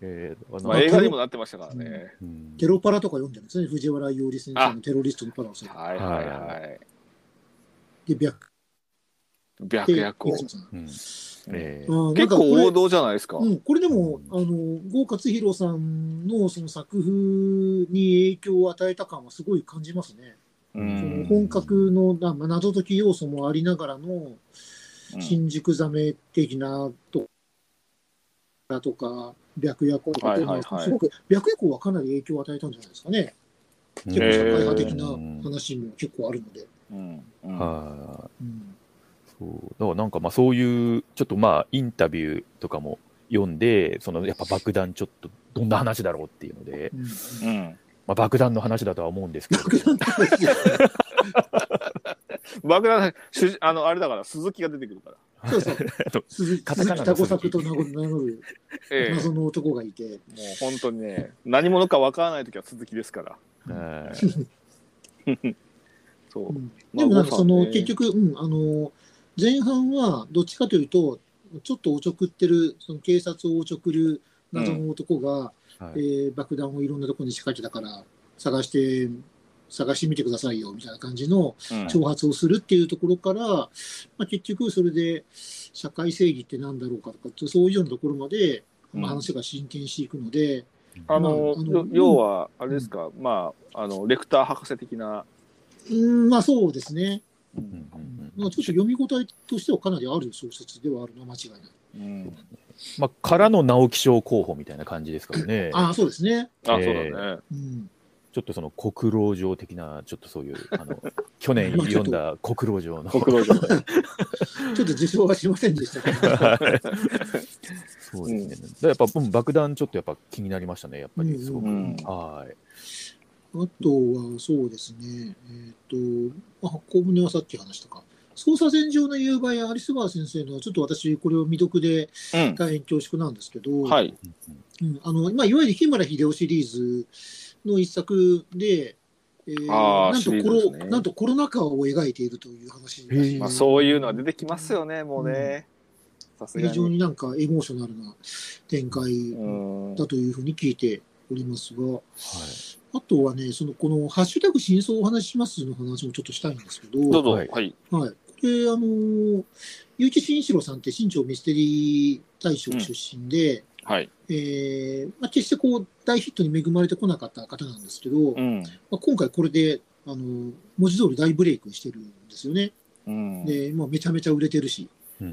Speaker 2: えーあの
Speaker 1: まあ映画にもなってましたからね。
Speaker 2: うん
Speaker 3: テロパラとか読んでるんですね、藤原伊織先生のテロリストのパラをさ。
Speaker 1: はいはいはい。
Speaker 3: で、白
Speaker 1: 白夜行。
Speaker 3: 白さん
Speaker 2: うんえー
Speaker 3: うんなん
Speaker 1: 結
Speaker 3: かこ
Speaker 1: 構
Speaker 3: れ
Speaker 1: 王道じゃないですか。
Speaker 3: うん、これでも、あの、郷勝弘さんのその作風に影響を与えた感はすごい感じますね。
Speaker 1: う
Speaker 2: うん
Speaker 3: その
Speaker 1: ん。
Speaker 3: 本格のなまあ謎解き要素もありながらの新宿ザメ的なとか、とか白夜行とかっていうのは、
Speaker 1: はいはいはい
Speaker 3: すごく、白夜行はかなり影響を与えたんじゃないですかね。結構社会派的な話も結構あるので。
Speaker 1: うん。うん
Speaker 2: はい
Speaker 3: うん
Speaker 2: そうだからなんかまあそういうちょっとまあインタビューとかも読んでそのやっぱ爆弾ちょっとどんな話だろうっていうので、
Speaker 3: うん
Speaker 1: うん
Speaker 2: まあ、爆弾の話だとは思うんですけど
Speaker 3: 爆弾の話です
Speaker 1: 爆弾、主あの、あれだから、鈴木が出てくるから。
Speaker 3: そうそう
Speaker 2: と。
Speaker 3: 鈴木
Speaker 2: カタカナの
Speaker 3: タコ作と名乗る
Speaker 1: ええ。
Speaker 3: 謎の男がいて、
Speaker 1: もう本当にね、何者かわからないときは鈴木ですから。
Speaker 2: はい
Speaker 1: そうう。
Speaker 3: ん
Speaker 1: ま
Speaker 3: で
Speaker 1: あ
Speaker 3: もなんか
Speaker 1: ご飯
Speaker 3: その
Speaker 1: ね
Speaker 3: 結局、うん、あの前半はどっちかというとちょっとおちょくってるその警察をおちょくる謎の男が、
Speaker 2: はい
Speaker 3: えー爆弾をいろんなところに仕掛けたから探して探してみてくださいよみたいな感じの
Speaker 1: うん
Speaker 3: 挑発をするっていうところから、まあ、結局それで社会正義ってなんだろうかとかそういうようなところまで、まあ、
Speaker 1: うん
Speaker 3: 話が進展していくので、
Speaker 1: あの
Speaker 3: まああ、
Speaker 1: よ
Speaker 3: の
Speaker 1: 要は、あれですか、まあ、あの、レクター博士的な。
Speaker 3: うん、まあそうですね。
Speaker 1: う
Speaker 2: うん
Speaker 1: ん
Speaker 2: うんう
Speaker 3: まあ、
Speaker 2: ん
Speaker 3: ちょっと読み応えとしてはかなりある小説ではあるな、間違いない。
Speaker 1: うん
Speaker 2: まあ、からの直木賞候補みたいな感じですからね
Speaker 3: ああ、そうですね。
Speaker 1: あ、そうだ
Speaker 2: ええ
Speaker 1: ね。
Speaker 3: うん。
Speaker 2: ちょっとその国老城的なちょっとそういうあの去年
Speaker 3: まあちょ
Speaker 2: 読
Speaker 3: っと
Speaker 2: んだ国老城の
Speaker 1: 国労省。
Speaker 3: ちょっと受賞はしませんでしたけど。
Speaker 2: そうですね、だからやっぱ、うん、爆弾ちょっとやっぱ気になりましたねやっぱりすごく、
Speaker 1: うん
Speaker 2: はい
Speaker 3: あとは、そうですね。えっ、と、あ、小舟はさっき話したか。捜査線上の夕売や有栖川先生の、ちょっと私、これを未読で
Speaker 1: うん。
Speaker 3: 大変恐縮なんですけど、
Speaker 1: はい。
Speaker 3: うん、あの、まあ、いわゆる日村秀夫シリーズの一作で、えー
Speaker 1: あー
Speaker 3: なん
Speaker 1: シ
Speaker 3: と
Speaker 1: リ
Speaker 3: コ
Speaker 1: ーズ
Speaker 3: ロ、
Speaker 1: ですね
Speaker 3: なんとコロナ禍を描いているという話らしいです
Speaker 1: まあ、そういうのは出てきますよね、もうね。さすが
Speaker 3: 非常
Speaker 1: に。
Speaker 3: になんかエモーショナルな展開
Speaker 1: うん。
Speaker 3: だというふうに聞いておりますが、
Speaker 2: はい
Speaker 3: あとはね、そのこのハッシュタグ真相をお話ししますの話もちょっとしたいんですけど、
Speaker 1: どうぞ。
Speaker 2: はい
Speaker 1: はい。
Speaker 3: はい。これ、あのー、結城慎一郎さんって新潮ミステリー大賞出身で、
Speaker 1: はい。
Speaker 3: えーまあ、決してこう大ヒットに恵まれてこなかった方なんですけど、
Speaker 1: うん。
Speaker 3: まあ、今回これで、あのー文字通り大ブレイクしてるんですよね。
Speaker 1: うん。
Speaker 3: で、まあ、めちゃめちゃ売れてるし、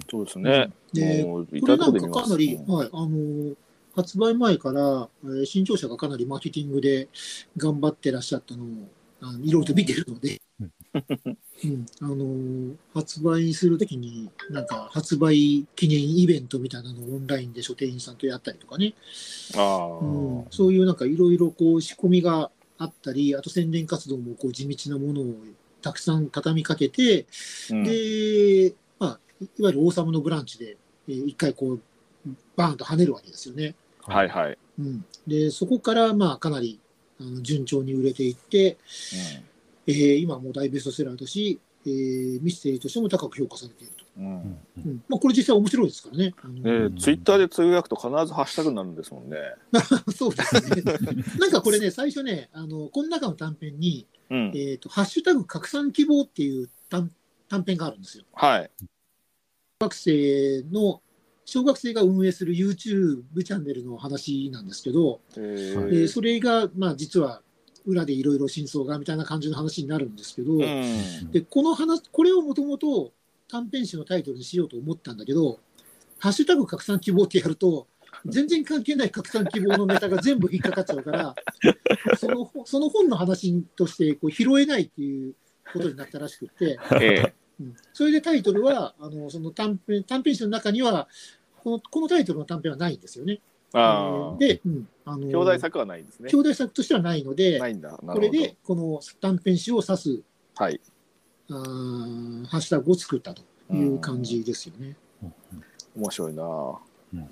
Speaker 1: そうですね。
Speaker 3: で、
Speaker 1: もう
Speaker 3: これ
Speaker 1: 至るとこ
Speaker 3: なん
Speaker 1: で見ま
Speaker 3: か
Speaker 1: す
Speaker 3: かなり、
Speaker 1: うん
Speaker 3: はい、あのー、発売前から、えー新潮社がかなりマーケティングで頑張ってらっしゃったのを、あのいろいろと見てるので、
Speaker 2: う
Speaker 3: うんん、あのー、発売するときに、なんか発売記念イベントみたいなのをオンラインで書店員さんとやったりとかね、
Speaker 1: ああ、
Speaker 3: うん、そういうなんかいろいろこう仕込みがあったり、あと宣伝活動もこう地道なものをたくさん畳みかけて、
Speaker 1: うん
Speaker 3: で、まあ、いいわゆる王様のブランチで、えー一回こう、バーンと跳ねるわけですよね。
Speaker 1: はいはい。
Speaker 3: うん、で、そこから、まあ、かなりあの順調に売れていって、えー今もう大ベストセラーだし、えーミステリーとしても高く評価されていると。
Speaker 1: うんうん
Speaker 2: うん
Speaker 3: うんまあ、これ実際面白いですからね。あの
Speaker 1: ねえ
Speaker 2: うん
Speaker 1: ツイッターでつぶやくと必ずハッシュタグになるんですもんね。
Speaker 3: そうですね。 なんかこれね、最初ね、あの、この中の短編に、
Speaker 1: うん。
Speaker 3: えっ、と、ハッシュタグ拡散希望っていう短短編があるんですよ。
Speaker 1: はい。
Speaker 3: 小学生の、小学生が運営する YouTube チャンネルの話なんですけど、
Speaker 1: え
Speaker 2: は
Speaker 3: えーそれが、まあ実は裏でいろいろ真相がみたいな感じの話になるんですけ ど、
Speaker 1: うん。
Speaker 3: で、この話、これをもともと短編集のタイトルにしようと思ったんだけど、ハッシュタグ拡散希望ってやると、全然関係ない拡散希望のネタが全部引っかかっちゃう から、その本その本の話としてこう拾えないっていうことになったらしくって、
Speaker 1: ええ
Speaker 3: うんそれでタイトルは、あのその短編短編集の中にはこの、このタイトルの短編はないんですよね。
Speaker 1: ああ。
Speaker 3: で、うん、あの
Speaker 1: 兄弟作はないんですね
Speaker 3: 兄。弟作としてはないので、
Speaker 1: ないんだ。な
Speaker 3: こ
Speaker 1: る
Speaker 3: れ
Speaker 1: ほど
Speaker 3: で。この短編集を指す
Speaker 1: はい。
Speaker 3: あーハッシュタグを作ったという感じですよね。
Speaker 1: 面白いなぁ、
Speaker 2: うん
Speaker 1: うん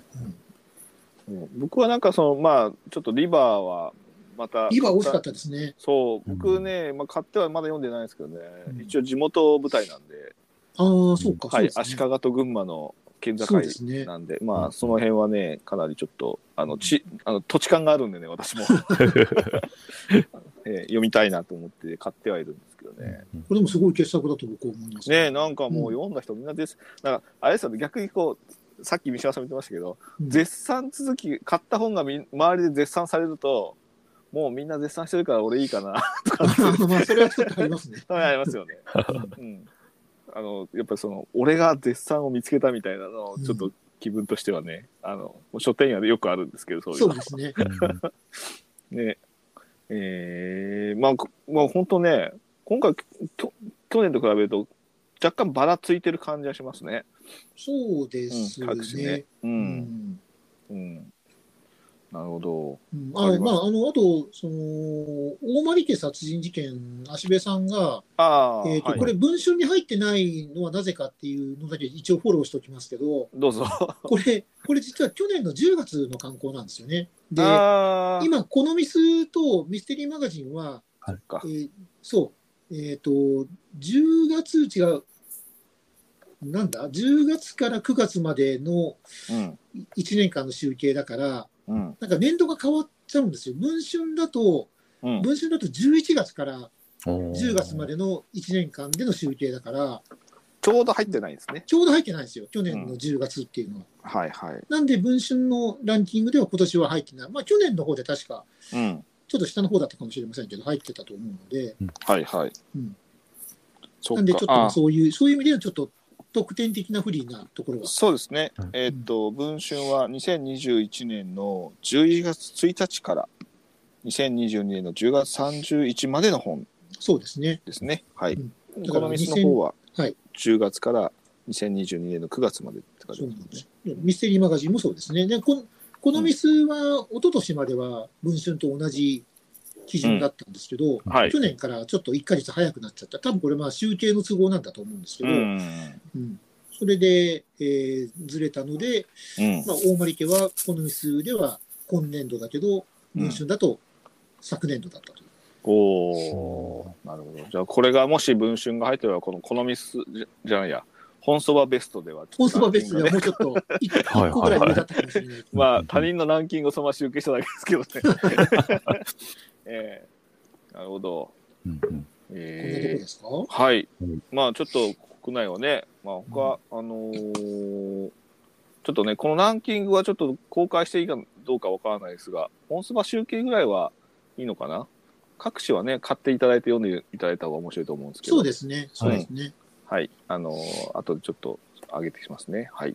Speaker 1: 僕はなんかそのまあちょっとリバーはまた
Speaker 3: 今、惜しかったですね。
Speaker 1: そう僕ね、まあ、買ってはまだ読んでないんですけどね、
Speaker 3: うん
Speaker 1: 一応地元舞台なんで、
Speaker 3: ああ、そうか、
Speaker 1: はい、
Speaker 3: そうで
Speaker 1: 足
Speaker 3: すね。
Speaker 1: 利と群馬の県境
Speaker 3: そうですね。
Speaker 1: なんでま
Speaker 2: う
Speaker 1: あ
Speaker 2: ん
Speaker 1: その辺はねかなりちょっとあのちあの土地勘があるんでね私 も、えー読みたいなと思って買ってはいるんですけどね。
Speaker 3: これでもすごい傑作だと僕は思います。
Speaker 1: ねなんかもう
Speaker 3: うん
Speaker 1: 読んだ人みんなです、なんかあれですよね逆にこうさっき三島さんも言ってましたけど
Speaker 3: うん
Speaker 1: 絶賛続き買った本がみ周りで絶賛されるともうみんな絶賛してるから俺いいかな
Speaker 3: まあ、それはちょっとありますね。
Speaker 1: ありますよね。うん、あのやっぱりその俺が絶賛を見つけたみたいなのをちょっと気分としてはね、あのもう書店屋でよくあるんですけどそういう
Speaker 3: そう
Speaker 1: の
Speaker 3: ですね。
Speaker 1: ねえー、まあこまあ本当ね今回去去年と比べると若干ばらついてる感じがしますね。
Speaker 3: そうで
Speaker 1: う
Speaker 3: す
Speaker 1: ん、各種ね
Speaker 3: ね。。
Speaker 1: う、
Speaker 3: うんん
Speaker 1: うん、なるほど。
Speaker 3: うん
Speaker 1: わ
Speaker 3: あ
Speaker 1: か
Speaker 3: の
Speaker 1: りま
Speaker 3: ますあ、あのあと、その大間家殺人事件、芦部さんが、
Speaker 1: ああ、
Speaker 3: えーと
Speaker 1: はい
Speaker 3: これ、文春に入ってないのはなぜかっていうのだけ一応フォローしておきますけど、
Speaker 1: どうぞ。
Speaker 3: これ、これ実は去年の10月の刊行なんですよね。で、
Speaker 1: あー
Speaker 3: 今、このミスとミステリーマガジンは、
Speaker 1: か
Speaker 3: えーそう、えっ、と、10月、違う、なんだ、10月から9月までの
Speaker 1: うん
Speaker 3: 1年間の集計だから、
Speaker 1: うん
Speaker 3: なんか年度が変わっちゃうんですよ。文春だと、
Speaker 1: うん
Speaker 3: 文春だと11月から10
Speaker 2: 10
Speaker 3: 月までの1年間での集計だから、
Speaker 1: ちょうど入ってないんですね。
Speaker 3: ちょうど入ってないんですよ、去年の10月っていうのは。
Speaker 1: はいはい。
Speaker 3: なんで、文春のランキングでは今年は入ってない。まあ、去年の方で確か、
Speaker 1: うん。
Speaker 3: ちょっと下の方だったかもしれませんけど、入ってたと思うので、
Speaker 1: はいはい。
Speaker 3: うん
Speaker 1: そっか
Speaker 3: なんで、ちょっと
Speaker 1: あ
Speaker 3: そういう、そういう意味ではちょっと特典的な不利なところは。
Speaker 1: そうですね
Speaker 2: うん。
Speaker 1: えーっと、文春は2021年の11月1日から2022年の10月31までの本
Speaker 3: そうですね。
Speaker 1: ですね。はい。
Speaker 3: うん
Speaker 1: この店の方は
Speaker 3: はい
Speaker 1: 10月から2022年の9月までって感
Speaker 3: そ
Speaker 1: じ
Speaker 3: う
Speaker 1: で
Speaker 3: なん
Speaker 1: すね
Speaker 3: です。ミステリーマガジンもそうですね。で、このこのミスは、一昨年までは文春と同じ基準だったんですけど、
Speaker 2: うん
Speaker 1: はい
Speaker 3: 去。年からちょっと1ヶ月早くなっちゃった。多分これ、まあ、集計の都合なんだと思うんですけ
Speaker 1: う
Speaker 3: ど、
Speaker 1: ん。
Speaker 3: うんそれで、えーずれたので、
Speaker 1: うん。
Speaker 3: まあ、大森家はこのミスでは今年度だけど、文春だと昨年度だったという。
Speaker 1: おおなるほどじゃあこれがもし文春が入ってればこの「このミス」じゃじゃないや本そばベストでは
Speaker 3: コンソバベースで
Speaker 1: ランキング
Speaker 3: は
Speaker 1: がね
Speaker 3: もうちょっと一
Speaker 2: はい
Speaker 3: 一個ぐらい上だったかもしれない。
Speaker 1: まあ他人のランキングをそのまま集計しただけですけどね ええなるほど
Speaker 3: こんなとこ
Speaker 1: ええ
Speaker 3: ですか、は
Speaker 1: はい
Speaker 2: うん
Speaker 1: まあちょっと国内はねまあ他、あのーちょっとねこのランキングはちょっと公開していいかどうかわからないですが本そば集計ぐらいはいいのかな各紙はね買っていただいて読んでいただいた方が面白いと思うんですけど
Speaker 3: そうですね。そうですね。
Speaker 1: はい、あのー、あとでちょっと、上げてきますね。はい。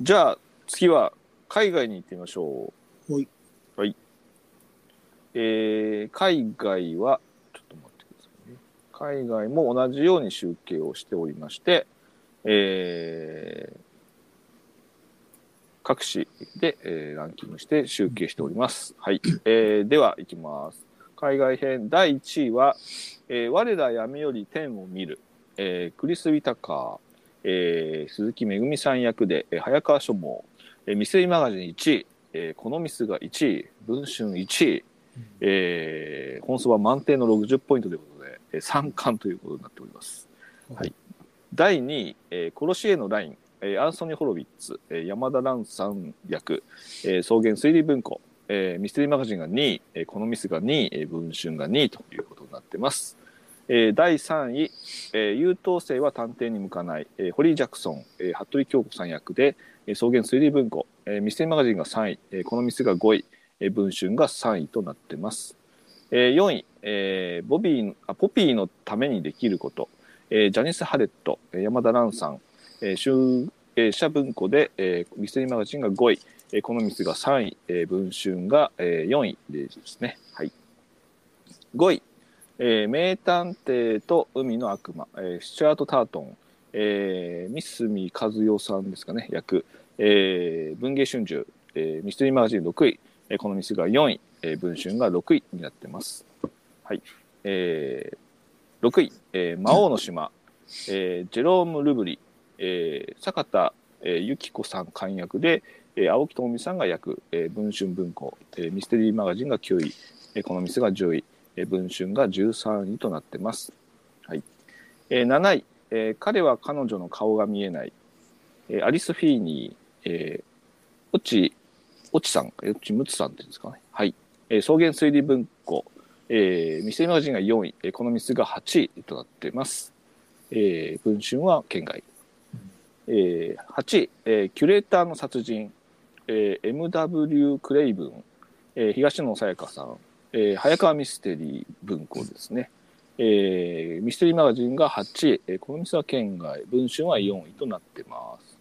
Speaker 1: じゃあ、次は海外に行ってみましょう。
Speaker 3: はい。
Speaker 1: はい。えー、海外は、ちょっと待ってくださいね。海外も同じように集計をしておりまして、えー、各市で、えーランキングして集計しております。はい。えー、では、行きます。海外編第1位は、えー我ら闇より天を見る、えークリス・ウィタカー、えー鈴木めぐみさん役で、えー早川書房、えーミステリーマガジン1位、えーこのミスが1位、文春1位、えー本素は満点の60ポイントということで、え3冠ということになっております。
Speaker 2: はい
Speaker 1: 第2位、えー殺しへのライン、えーアンソニー・ホロビッツ、えー山田蘭さん役、えー草原推理文庫、えーミステリーマガジンが2位、えーこのミスが2位、えー文春が2位ということになってます。えー第3位、えー優等生は探偵に向かない、えーホリー・ジャクソン、えー服部京子さん役で、えー草原推理文庫、えーミステリーマガジンが3位、えーこのミスが5位、えー文春が3位となってます。えー4位、えーボビーあ、ポピーのためにできること、えージャニス・ハレット、えー山田蘭さん、えー、集英社文庫で、えーミステリーマガジンが5位、えーこのミスが3位、えー文春が、えー4位ですね。はい、5位、えー名探偵と海の悪魔、えースチュアート・タートン、えー、三角和代さんですかね、役、えー文藝春秋、えーミステリーマガジン6位、えーこのミスが4位、えー文春が6位になってます。はい。えー6位、えー魔王の島、えージェローム・ルブリ、えー坂田、えー、由紀子さん監役で、えー青木智美さんが役、えー文春文庫、えーミステリーマガジンが9位、えーこの店が10位、えー文春が13位となってます。はいえー7位、えー彼は彼女の顔が見えない、えーアリス・フィーニー、えー、落ち、落ちさん、落ちむつさんっていうんですかね。はい。えー草原推理文庫、えーミステリーマガジンが4位、えーこの店が8位となってます。えー文春は県外。えー8位、えーキュレーターの殺人、えー MW クレイブン、えー東野さやかさん、えー早川ミステリー文庫ですね、えーミステリーマガジンが8位、えーこの店は県外、文春は4位となってます。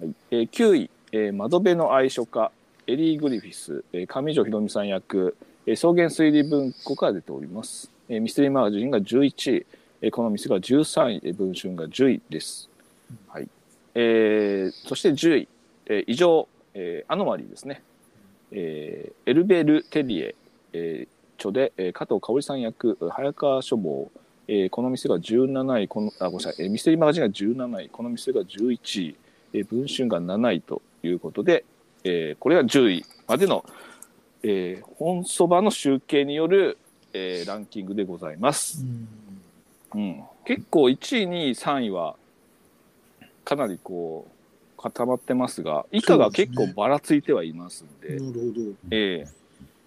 Speaker 1: はいえー9位、えー窓辺の愛書家、エリー・グリフィス、えー上条ひろみさん役、えー草原推理文庫から出ております。えーミステリーマガジンが11位、えーこの店が13位、えー文春が10位です。はいえーそして10位、えー異常、えーアノマリーですね、えーエルベル・テリエ、えー著で、えー加藤香織さん役早川書房、えーこの店が17位このあごめんなさい、えーミステリーマガジンが17位この店が11位、えー文春が7位ということで、えーこれが10位までの、えー本そばの集計による、えーランキングでございます。うん、結構1位、2位、3位はかなりこう固まってますが以下が結構ばらついてはいますんで
Speaker 3: なる
Speaker 1: ええ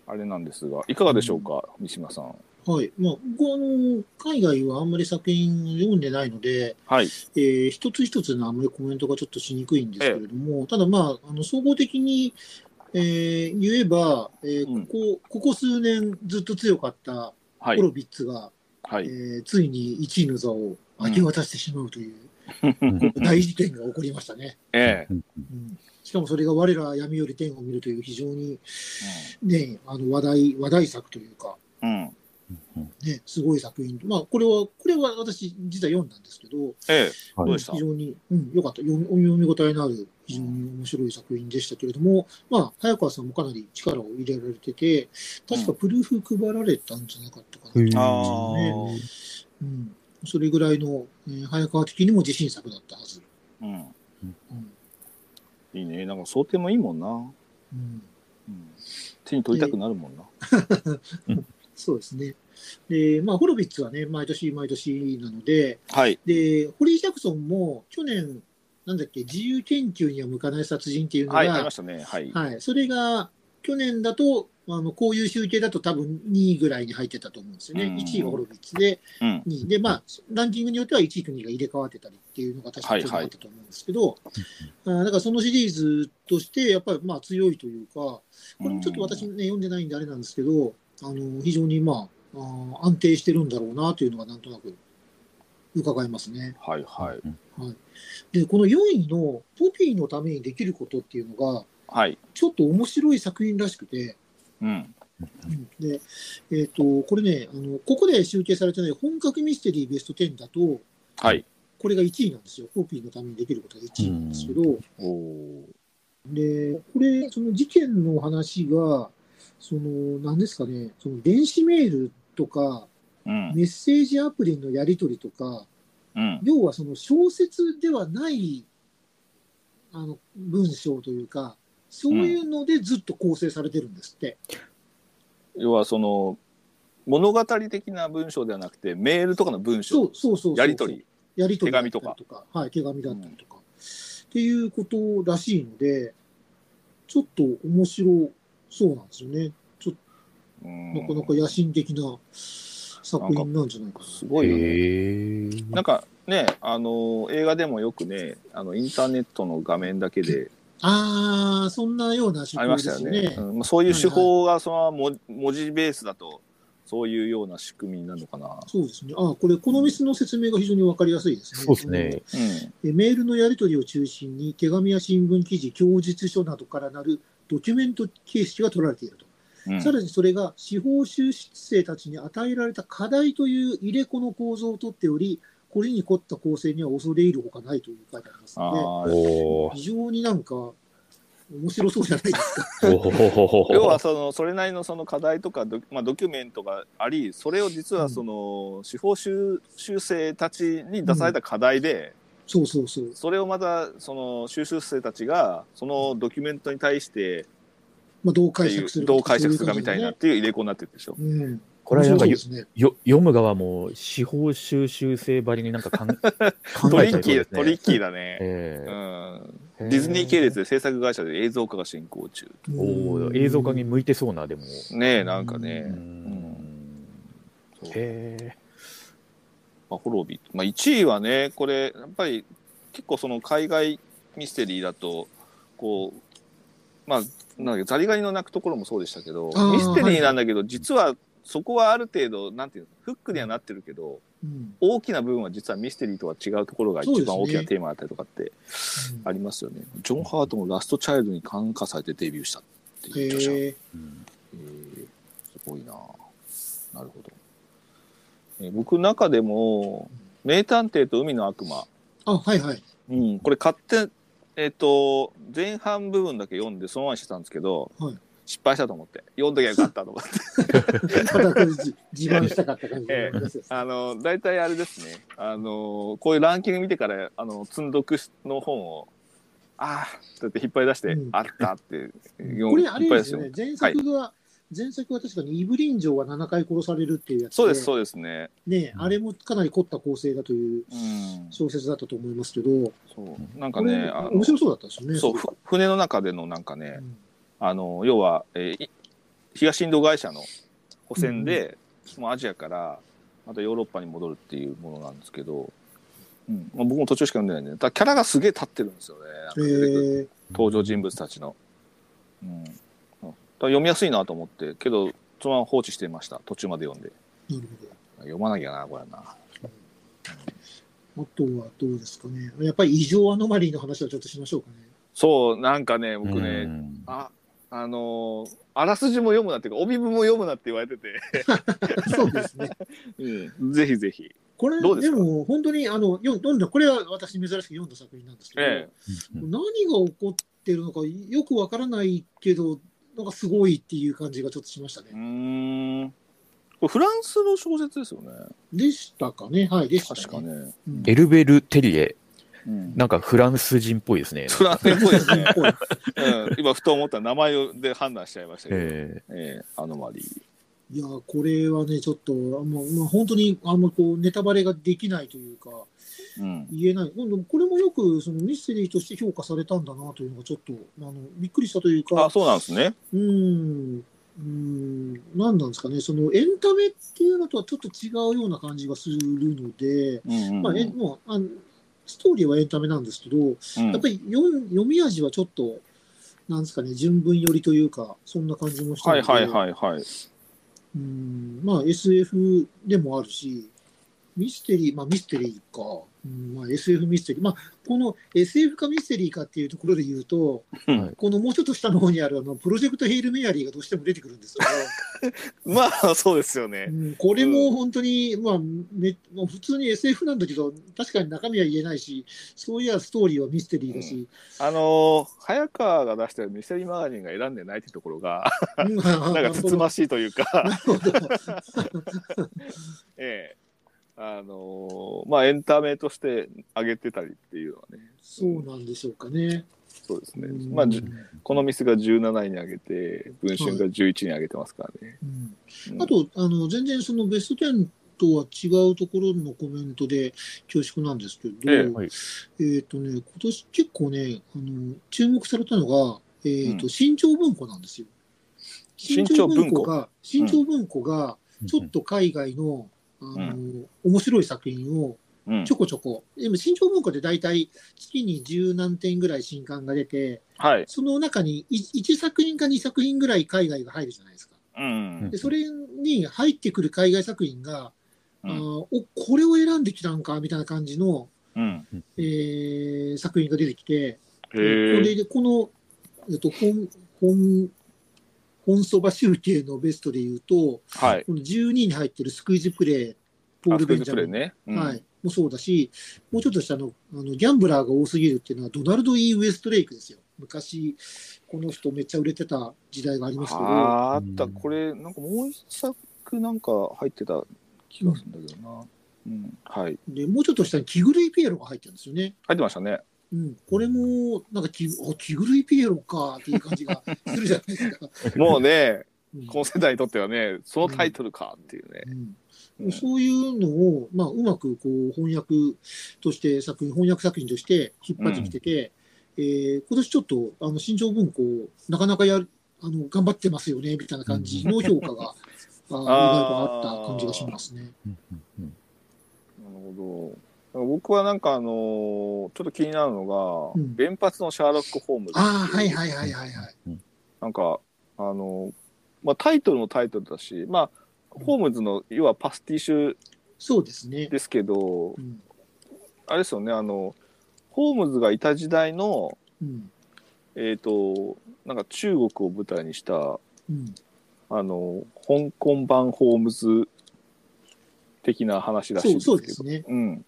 Speaker 1: あれなんですがいかがでしょうか、三島さん。
Speaker 3: ほど。はい。まあ、僕はあの、海外はあんまり作品を読んでないので、
Speaker 1: はい、
Speaker 3: えー一つ一つのあんまりコメントがちょっとしにくいんですけれども、ただまあ、あの総合的に、えー言えば、えー
Speaker 1: うん
Speaker 3: ここ、ここ数年ずっと強かった
Speaker 1: は
Speaker 3: ホ
Speaker 1: い、
Speaker 3: ロビッツが、
Speaker 1: は
Speaker 3: え
Speaker 1: い、
Speaker 3: ーついに1位の座を明け渡してしまうという大事件が起こりましたね。
Speaker 1: ええ
Speaker 3: うんしかもそれが我ら闇より天を見るという非常に、ね、あの話題、話題作というか、
Speaker 1: うん、うん
Speaker 3: ね、すごい作品。まあ、これは、これは私実は読んだんですけど、
Speaker 1: ええ
Speaker 2: はい
Speaker 1: どうでした
Speaker 3: 非。常に、うん、良かった。読み読み応えのある、非常に面白い作品でしたけれども、まあ、早川さんもかなり力を入れられてて、確かプルーフ配られたんじゃなかったかなと思うんです
Speaker 2: あ
Speaker 1: あ
Speaker 3: よね。うん。それぐらいの、えー早川的にも自信作だったはず。
Speaker 1: あ、うん、
Speaker 3: うん。
Speaker 1: いいね、なんか想定もいいもんな。
Speaker 3: うん、
Speaker 1: うん、手に取りたくなるもんな。
Speaker 3: そうですね。で、まあ、ホロビッツはね、毎年毎年なので、
Speaker 1: はい、
Speaker 3: で、ホリー・ジャクソンも去年、なんだっけ、自由研究には向かない殺人っていうのが、
Speaker 1: はい、ありましたね。はい、
Speaker 3: はい、それが去年だと、あのこういう集計だと多分2位ぐらいに入ってたと思うんですよね。
Speaker 1: うん
Speaker 3: 1位がホロビッツで、
Speaker 1: うん、
Speaker 3: 2位で、まあ、ランキングによっては1位と2位が入れ替わってたりっていうのが確かにそうだったと思うんですけど、あーだからそのシリーズとして、やっぱりまあ強いというか、これもちょっと私ね、読んでないんであれなんですけど、あの非常にまあ、あー安定してるんだろうなというのがなんとなく伺えますね。
Speaker 1: はいはい。
Speaker 2: うん
Speaker 3: で、この4位のポピーのためにできることっていうのが、
Speaker 1: はい。
Speaker 3: ちょっと面白い作品らしくて、
Speaker 1: うん。
Speaker 3: うんで、えっ、と、これねあの、ここで集計されてない本格ミステリーベスト10だと、
Speaker 1: はい。
Speaker 3: これが1位なんですよ。ポピーのためにできることが1位なんですけど、
Speaker 1: おお。
Speaker 3: で、これ、その事件の話が、その、なんですかね、その電子メールとか、
Speaker 1: うん。
Speaker 3: メッセージアプリのやり取りとか、
Speaker 1: うん。
Speaker 3: 要はその小説ではない、あの、文章というか、そういうのでずっと構成されてるんですって。
Speaker 1: 要はその、物語的な文章ではなくて、メールとかの文
Speaker 3: そ
Speaker 1: 章
Speaker 3: う、そうそうそう。
Speaker 1: やりとり。
Speaker 3: やり取りだったり
Speaker 1: 手紙
Speaker 3: とか。はい、手紙だったりとか。っていうことらしいので、ちょっと面白そうなんですよね。
Speaker 1: うん
Speaker 3: なかなか野心的な作品なんじゃないかな。
Speaker 1: すごいよね。
Speaker 2: へえ。
Speaker 1: なんかね、あの映画でもよくね、あのインターネットの画面だけで
Speaker 3: ああ、そんなような手
Speaker 1: あり
Speaker 3: 法
Speaker 1: ま
Speaker 3: で
Speaker 1: し
Speaker 3: す
Speaker 1: たよ
Speaker 3: よ
Speaker 1: ね。
Speaker 3: ね。
Speaker 1: うんまあ、そういう手法がそのまま文字ベースだと、そういうような仕組みなのかな。
Speaker 3: そうですね。ああ、これ、この店の説明が非常にわかりやすいですね。
Speaker 2: そうですね。
Speaker 1: うん。
Speaker 3: えメールのやり取りを中心に、手紙や新聞記事、供述書などからなるドキュメント形式が取られていると。
Speaker 1: うん
Speaker 3: さらにそれが、司法修士生たちに与えられた課題という入れ子の構造をとっており、これに凝った構成には恐れ入るほかないという書いてありますの
Speaker 1: あー
Speaker 2: おー
Speaker 3: で、非常になんか、面白そうじ ゃないですか。
Speaker 2: おほほほほほ。
Speaker 1: 要はそのそれなりのその課題とかド,、まあ、ドキュメントがありそれを実はその司法修修正たちに出された課題で、
Speaker 3: そうそうそう。
Speaker 1: それをまたその修習生たちがそのドキュメントに対して
Speaker 3: まあ、どう
Speaker 1: って
Speaker 3: 解
Speaker 1: い
Speaker 3: 釈す
Speaker 1: う
Speaker 3: る
Speaker 1: どう
Speaker 3: か
Speaker 1: 解
Speaker 3: そうい
Speaker 1: 釈す
Speaker 3: う
Speaker 1: るかみたいなっ
Speaker 3: 感
Speaker 1: ていう入れ子になってるでしょ。
Speaker 3: じでね。うん。
Speaker 2: これはなんか
Speaker 3: 面
Speaker 2: よ
Speaker 3: 白そうですね
Speaker 2: よ読む側も司法収集性ばりになんかかん考
Speaker 1: ト
Speaker 2: え
Speaker 1: リ
Speaker 2: ち
Speaker 1: ッキー
Speaker 2: ゃいそうで
Speaker 1: だ、
Speaker 2: すね。
Speaker 1: トリッキーだね。
Speaker 2: え
Speaker 1: うん。
Speaker 2: え
Speaker 1: ディズニー系列で制作会社で映像化が進行中。
Speaker 2: おお映像化に向いてそうなでも。
Speaker 1: ねえ、なんかね
Speaker 2: う。ん
Speaker 1: そう
Speaker 2: へえ。
Speaker 1: まあ、ホロビー。まあ、1位はね、これ、やっぱり結構その海外ミステリーだと、こう、まあ、なんだっけ、ザリガニの鳴くところもそうでしたけど
Speaker 3: あ、ー
Speaker 1: ミステリーなんだけど、実はそこはある程度、なんていうの、フックにはなってるけど、
Speaker 3: うん
Speaker 1: 大きな部分は実はミステリーとは違うところが一番大きなテーマだったりとかって
Speaker 3: うん
Speaker 1: ありますよね。ジョン・ハートもラスト・チャイルドに感化されてデビューしたっていう著者。
Speaker 3: へえ
Speaker 2: うん
Speaker 1: えーすごいななるほど。えー僕の中でも、名探偵と海の悪魔、
Speaker 3: あ、はいはい。
Speaker 1: うん、これ買って、えっ、と、前半部分だけ読んで、そのままにしてたんですけど、
Speaker 3: はい
Speaker 1: 失敗したと思って、読んどきゃよかったと思って。
Speaker 3: ただこれ自自慢したかった感じ
Speaker 1: ええ
Speaker 3: ですよ。
Speaker 1: あの、大体あれですね、あの、こういうランキング見てから、あの、積読の本を、ああ、だって引っ張り出して、
Speaker 3: うん
Speaker 1: あったって、読
Speaker 3: これあれ
Speaker 1: 引っ張り出
Speaker 3: で
Speaker 1: し
Speaker 3: す
Speaker 1: て
Speaker 3: よね。前作が、前作は確かにイブリン城は7回殺されるっていうやつ
Speaker 1: そうです、そうですね。
Speaker 3: ね、あれもかなり凝った構成だという
Speaker 1: うん。
Speaker 3: 小説だったと思いますけど、
Speaker 1: そう。なんか
Speaker 3: こ
Speaker 1: ね、
Speaker 3: れ
Speaker 1: あの
Speaker 3: 面白そうだったですよね。
Speaker 1: そう、ふ船の中でのなんか
Speaker 3: う
Speaker 1: ね、
Speaker 3: ん
Speaker 1: あの、要は、えーい東インド会社の補選で、もうアジアから、またヨーロッパに戻るっていうものなんですけど、うんまあ、僕も途中しか読んでないんで、だからキャラがすげえ立ってるんですよね。なんか
Speaker 3: へ
Speaker 1: 出てくる
Speaker 3: え
Speaker 1: 登場人物たちの。うん、だから読みやすいなと思って、けど、そのまま放置していました。途中まで読んで。
Speaker 3: なるほど。
Speaker 1: 読まなきゃな、これはな。
Speaker 3: あとはどうですかね。やっぱり異常アノマリーの話はちょっとしましょうかね。
Speaker 1: そう、なんかね、僕ね、
Speaker 2: うん
Speaker 1: あ、あのーあらすじも読むなっていうか、帯文も読むなって言われてて、
Speaker 3: そうですね。
Speaker 1: ぜひぜひ。
Speaker 3: これ、
Speaker 1: どうで
Speaker 3: です
Speaker 1: か
Speaker 3: も本当にあのよ読んだ、これは私珍しく読んだ作品なんですけど、
Speaker 1: ええ
Speaker 2: うん
Speaker 3: 何が起こってるのかよくわからないけど、なんかすごいっていう感じがちょっとしました
Speaker 1: う
Speaker 3: ね。
Speaker 1: ーん。これフランスの小説ですよね。
Speaker 3: でしたかね、はい、でした
Speaker 1: 確かね。
Speaker 3: うん
Speaker 2: エルベル・テリエ、
Speaker 1: うん
Speaker 2: なんかフランス人っぽいですね。
Speaker 1: フランスっぽいです ね。
Speaker 3: これ
Speaker 1: うん、今、ふと思ったら名前をで判断しちゃいましたけど、え
Speaker 2: え
Speaker 1: えアノマリー。
Speaker 3: いや、これはね、ちょっと、もうまあ、本当にあんまこうネタバレができないというか、
Speaker 1: うん。
Speaker 3: 言えない、でもこれもよくそのミステリーとして評価されたんだなというのが、ちょっとあのびっくりしたという
Speaker 1: あ、
Speaker 3: か、
Speaker 1: そうなんですね。
Speaker 3: うーん、うーん、なんなんですかね、そのエンタメっていうのとはちょっと違うような感じがするので、
Speaker 1: うんうんうん
Speaker 3: まあ、えもうあのストーリーはエンタメなんですけど、
Speaker 1: うん
Speaker 3: やっぱり読ん読み味はちょっと、なんですかね、純文寄りというか、そんな感じもした
Speaker 1: は
Speaker 3: の
Speaker 1: い
Speaker 3: で、
Speaker 1: はいはいはい。
Speaker 3: うんまあ、SF でもあるし、ミステリー、まあミステリーか。うんまあ SF ミステリー。まあこの SF かミステリーかっていうところで言うと、
Speaker 2: はい
Speaker 3: このもうちょっと下の方にあるあのプロジェクトヘイルメアリーがどうしても出てくるんですけ
Speaker 1: まあ、そうですよ
Speaker 3: ど、
Speaker 1: ね。
Speaker 3: うんこれも本当に、まあ、めまあ普通に SF なんだけど、確かに中身は言えないし、そういやストーリーはミステリーだし、
Speaker 1: あのー早川が出してるミステリーマガジンが選んでないってところが、
Speaker 3: うん、な
Speaker 1: なんかつつましいというか、
Speaker 3: なるほど。
Speaker 1: ええあのーまあ、エンタメとして上げてたりっていうのはね、
Speaker 3: そうなんでしょうかね。
Speaker 1: そうですね。
Speaker 3: うん
Speaker 1: まあ、じゅこのミスが17位に上げて、文春が11位に上げてますからね。
Speaker 3: うん
Speaker 1: うん
Speaker 3: あと、あの、全然そのベスト10とは違うところのコメントで恐縮なんですけど、
Speaker 1: ええ
Speaker 2: はい
Speaker 3: えっ、とね、今年結構ね、あの、注目されたのが、えっ、と、
Speaker 1: うん
Speaker 3: 新潮文庫なんですよ。
Speaker 1: 新潮文庫
Speaker 3: が、新潮文庫が、ちょっと海外の、あの、面白い作品を
Speaker 1: うん
Speaker 3: ちょこちょこ、でも新潮文庫って大体月に十何点ぐらい新刊が出て、
Speaker 1: はい。
Speaker 3: その中に1作品か2作品ぐらい海外が入るじゃないですか。
Speaker 1: うん
Speaker 3: で、それに入ってくる海外作品が、
Speaker 1: うん
Speaker 3: あーおこれを選んできたんかみたいな感じの、
Speaker 1: うん。
Speaker 3: えー作品が出てきて、
Speaker 1: へ
Speaker 3: これ
Speaker 1: え。
Speaker 3: でこの、えっと、本、本、本そば集計のベストで言うと、
Speaker 1: はい。
Speaker 3: この12位に入ってるスクイズプレイ、ポー
Speaker 1: ア
Speaker 3: ル・
Speaker 1: ス
Speaker 3: ベ
Speaker 1: ク
Speaker 3: ン
Speaker 1: イ
Speaker 3: ジ
Speaker 1: ズ
Speaker 3: ャ
Speaker 1: プレ
Speaker 3: ミン
Speaker 1: イ。ね。うん
Speaker 3: はい。もうそうだし、もうちょっとしたの、あの、ギャンブラーが多すぎるっていうのは、ドナルド・ E ・ウエストレイクですよ。昔、この人めっちゃ売れてた時代がありますけど、
Speaker 1: あーあっ
Speaker 2: う
Speaker 1: た、
Speaker 2: ん
Speaker 1: これ、なんかもう一作なんか入ってた気がするんだけどな。うん。はい。
Speaker 3: で、もうちょっと下にキグルイ・ピエロが入ってるんですよね。
Speaker 1: 入ってました ね。
Speaker 3: うん。これも、なんかキ、あキグルイ・ピエロかっていう感じがするじゃないですか。
Speaker 1: もうね、
Speaker 3: うん
Speaker 1: この世代にとってはね、そのタイトルかっていうね。
Speaker 3: うん
Speaker 1: うん
Speaker 3: そういうのを、まあ、うまくこう翻訳として作品、翻訳作品として引っ張ってきてて、えー今年ちょっとあの新潮文庫、なかなかやるあの頑張ってますよねみたいな感じの評価が、あー意外とあった感じがしますね。
Speaker 2: うんうんうん
Speaker 1: なるほど。なんか僕はなんかあのーちょっと気になるのが、
Speaker 3: うん
Speaker 1: 原発のシャーロック・ホームズ。
Speaker 3: ああ、はいはいはいはいはい。
Speaker 1: なんか、あのーまあタイトルもタイトルだし、まあ、ホームズの、要はパスティッシュ
Speaker 3: そうですね。
Speaker 1: ですけど
Speaker 3: う、ん
Speaker 1: あれですよね、あの、ホームズがいた時代の、
Speaker 3: うん
Speaker 1: えっ、と、なんか中国を舞台にした、
Speaker 3: うん
Speaker 1: あの、香港版ホームズ的な話らしい
Speaker 3: そ
Speaker 1: んで
Speaker 3: う
Speaker 1: すけど。
Speaker 3: そうですね。
Speaker 1: うん。